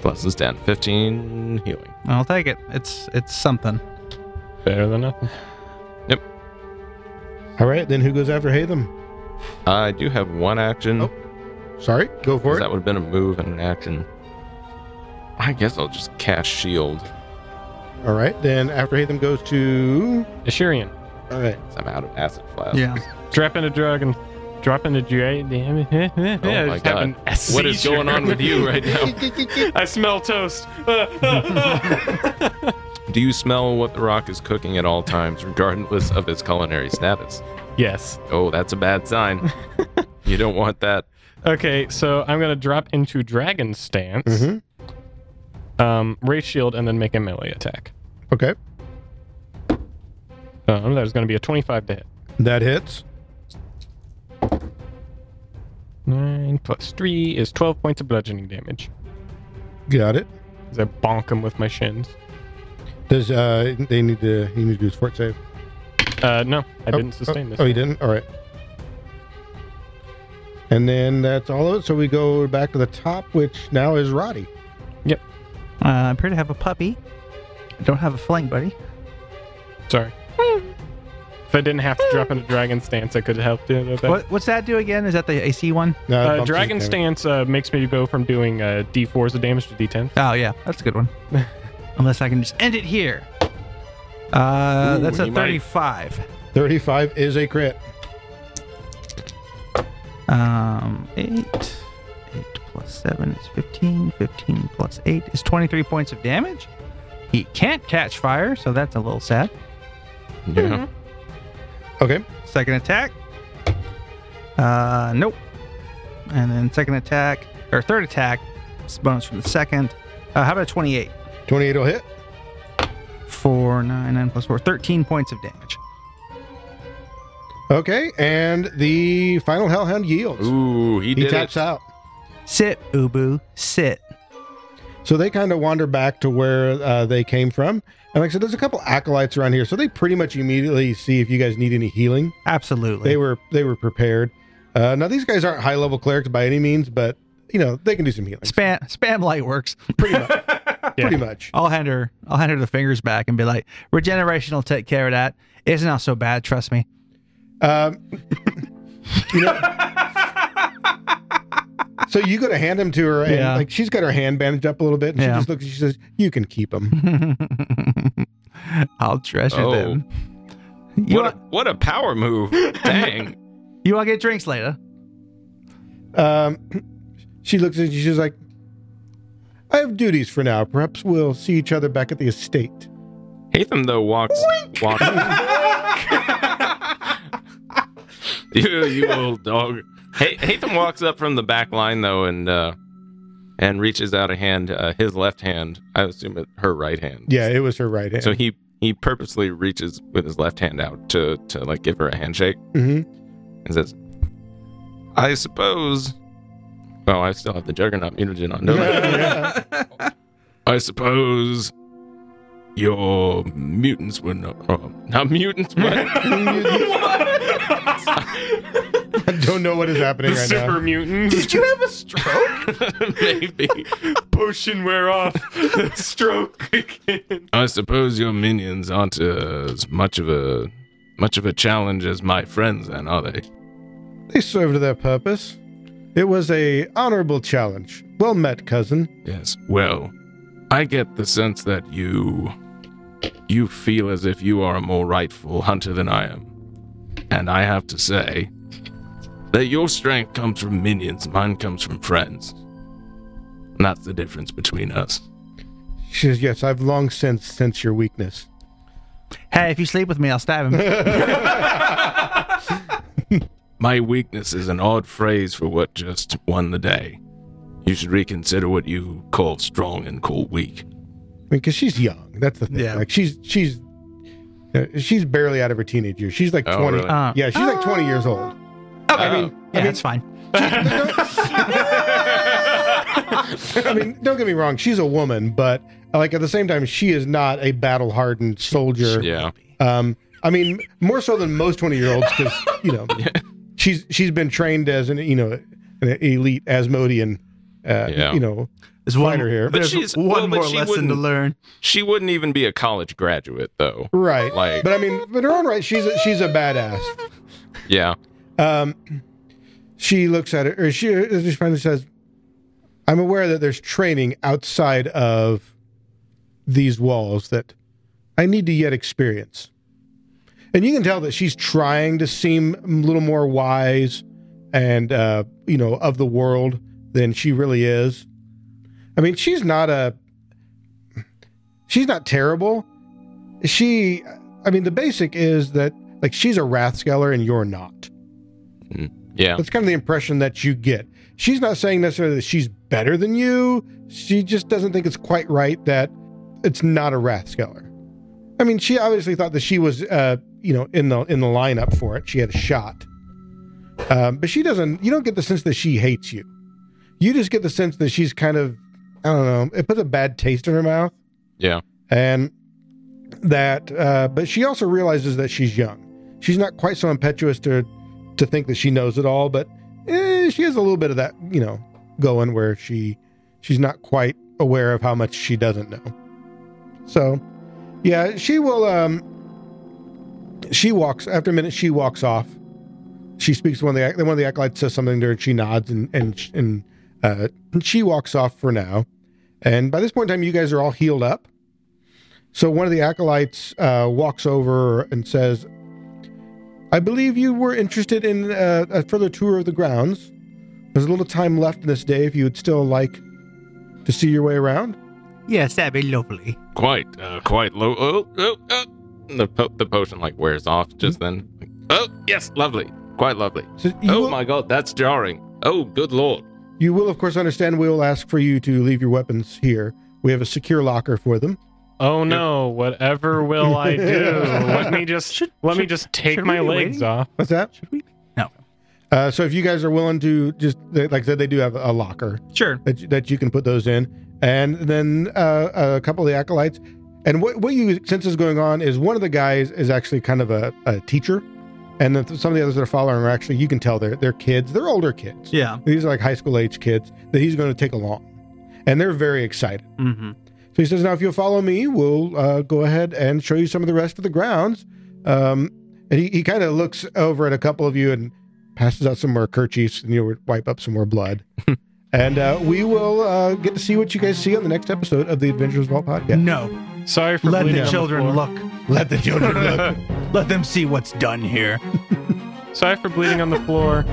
Plus is ten. Fifteen healing.
I'll take it. It's it's something.
Better than nothing.
All right, then who goes after Hatham?
I do have one action.
Oh, Sorry, go
'cause
for
That
it.
would have been a move and an action. I guess I'll just cast shield.
All right, then after Hatham goes to.
Ashurian,
All right,
'cause I'm out of acid flask.
drop in a drug and drop in a J. Damn it! Yeah, I
Oh my
just have
God.
an SC
What is going on with you right now?
I smell toast.
Do you smell what the rock is cooking at all times, regardless of its culinary status?
yes.
Oh, that's a bad sign. you don't want that.
Okay, so I'm gonna drop into dragon stance,
Mhm.
Mm-hmm.
um, raise shield, and then make a melee attack.
okay,
Um, that is gonna be a 25 to hit.
that hits.
Nine plus three is 12 points of bludgeoning damage.
Got it.
'Cause I bonk him with my shins.
Does uh they need to? He needs to do his fort save.
Uh, no, I
Oh,
didn't sustain
oh,
this.
Oh, you didn't? All right. And then that's all of it. So we go back to the top, which now is Roddy.
Uh, I appear to have a puppy. I don't have a flank buddy.
Sorry. If I didn't have to drop into Dragon Stance, I could have helped you with that.
What, what's that do again? Is that the AC one?
No,
Uh,
it bumps his
Dragon
damage.
Stance uh, makes me go from doing uh, D4s of damage to D10.
Oh yeah, that's a good one. Unless I can just end it here. Uh,
Ooh,
that's a
you might.
35.
35 is a crit.
Um, 8. 8 plus 7 is 15. 15 plus 8 is 23 points of damage. He can't catch fire, so that's a little sad.
Yeah.
Okay.
Second attack. Uh, nope. And then second attack, or third attack, it's bonus from the second. Uh, how about a 28?
28 will hit.
4, 9, 9 plus 4, 13 points of damage.
Okay. And the final Hellhound yields.
Ooh, he
he
did
taps
it.
out.
Sit, Ubu, sit.
So they kind of wander back to where uh, they came from. And like I said, there's a couple acolytes around here. So they pretty much immediately see if you guys need any healing.
Absolutely.
They were they were prepared. Uh, now these guys aren't high level clerics by any means, but you know they can do some healing.
spam spam light works.
Pretty much. Pretty much.
I'll hand her I'll hand her the fingers back and be like, regeneration will take care of that. It's not so bad, trust me.
Um, you know. So you go to hand them to her, and
Yeah.
like she's got her hand bandaged up a little bit, and
Yeah.
she just looks. and She says, "You can keep them."
I'll treasure
Oh.
them. You
what,
want,
a, what a power move. Dang.
you want to get drinks later?
um, she looks and she's just like, "I have duties for now. Perhaps we'll see each other back at the estate."
Hatham though walks walks. you you old dog. Hey, Hatham walks up from the back line though and uh and reaches out a hand, uh, his left hand. I assume it her right hand.
Yeah, it was her right hand.
So he he purposely reaches with his left hand out to to like give her a handshake
hmm
and says, "I suppose." Well, Oh, I still have the Juggernaut mutagen on. Don't I? I suppose your mutants were not uh, not mutants, but
I don't know what is happening right
Super
now.
mutants.
you have a stroke?
maybe.
Potion wear off. Stroke again.
I suppose your minions aren't uh, as much of a much of a challenge as my friends, then are they?
They served their purpose. It was a honorable challenge. Well met, cousin.
Yes. Well, I get the sense that you you feel as if you are a more rightful hunter than I am. And I have to say that your strength comes from minions, mine comes from friends. And that's the difference between us.
She says, "Yes, I've long since sensed your weakness."
hey, if you sleep with me, I'll stab him. Oh,
My weakness is an odd phrase for what just won the day. You should reconsider what you call strong and call weak.
I mean, because she's young. That's the thing.
Yeah.
Like she's she's uh, she's barely out of her teenage years. She's like
Oh,
twenty.
really?
Uh,
Yeah, she's like twenty years old.
Okay.
Uh, I mean-
yeah, it's fine.
I mean, don't get me wrong. She's a woman, but uh, like at the same time, she is not a battle hardened soldier.
Yeah.
Um, I mean, more so than most twenty year olds, because you know, she's she's been trained as an you know an elite Asmodean. Uh,
Yeah.
You know,
There's
Fighter here. But
There's
she's-
one
well, but
more
she
lesson to
wouldn't-
learn.
She wouldn't even be a college graduate though.
right?
Like-
but I mean, but her own right, she's a, she's a badass.
Yeah.
Um, she looks at it, or she, she finally says, "I'm aware that there's training outside of these walls that I need to yet experience." And you can tell that she's trying to seem a little more wise and uh, you know of the world than she really is. I mean, she's not a she's not terrible. She, I mean, the basic is that like she's a Wrathskeller and you're not.
Yeah.
That's kind of the impression that you get. She's not saying necessarily that she's better than you. She just doesn't think it's quite right that it's not a Wrathskeller. I mean, she obviously thought that she was, uh, you know, in the in the lineup for it. She had a shot, um, but she doesn't. You don't get the sense that she hates you. You just get the sense that she's kind of, I don't know, it puts a bad taste in her mouth
Yeah.
and that uh, but she also realizes that she's young she's not quite so impetuous to to think that she knows it all but eh, eh, she has a little bit of that, you know, going where she she's not quite aware of how much she doesn't know. So, yeah, she will. Um, she walks after a minute. She walks off. She speaks to one of the ac- one of the acolytes says something to her. And she nods and and and uh, she walks off for now. And by this point in time, you guys are all healed up. So one of the acolytes uh, walks over and says, I believe you were interested in uh, a further tour of the grounds. There's a little time left in this day if you would still like to see your way around.
Yes, that'd be lovely.
Quite, uh, quite low. Oh, oh, oh. And The, po- the potion like wears off just then. Like, oh, yes, lovely. Quite lovely.
So you,
oh
will,
my god, that's jarring. Oh, good lord.
you will, of course, understand we will ask for you to leave your weapons here. We have a secure locker for them.
Oh no! Whatever will I do? let me just
Should-
let me
should-
just take
should
my
we be
legs
waiting?
off.
What's that?
Should we? No.
Uh, so if you guys are willing to just, they- like I said, they do have a locker
Sure.
that you, that you can put those in, and then uh, a couple of the acolytes. And what what you sense is going on is one of the guys is actually kind of a, a teacher, and then some of the others that are following are actually you can tell they're they're kids, they're older kids.
Yeah.
These are like high school age kids that he's going to take along, and they're very excited.
Mm-hmm.
So he says, "Now, if you'll follow me, we'll uh, go ahead and show you some of the rest of the grounds." Um, and he, he kind of looks over at a couple of you and passes out some more kerchiefs, and you'll wipe up some more blood. and uh, we will uh, get to see what you guys see on the next episode of the Adventures Vault podcast.
No.
Sorry for
Let
bleeding
the
on
children
floor.
look. Let the children look. Let them see what's done here.
Sorry for bleeding on the floor.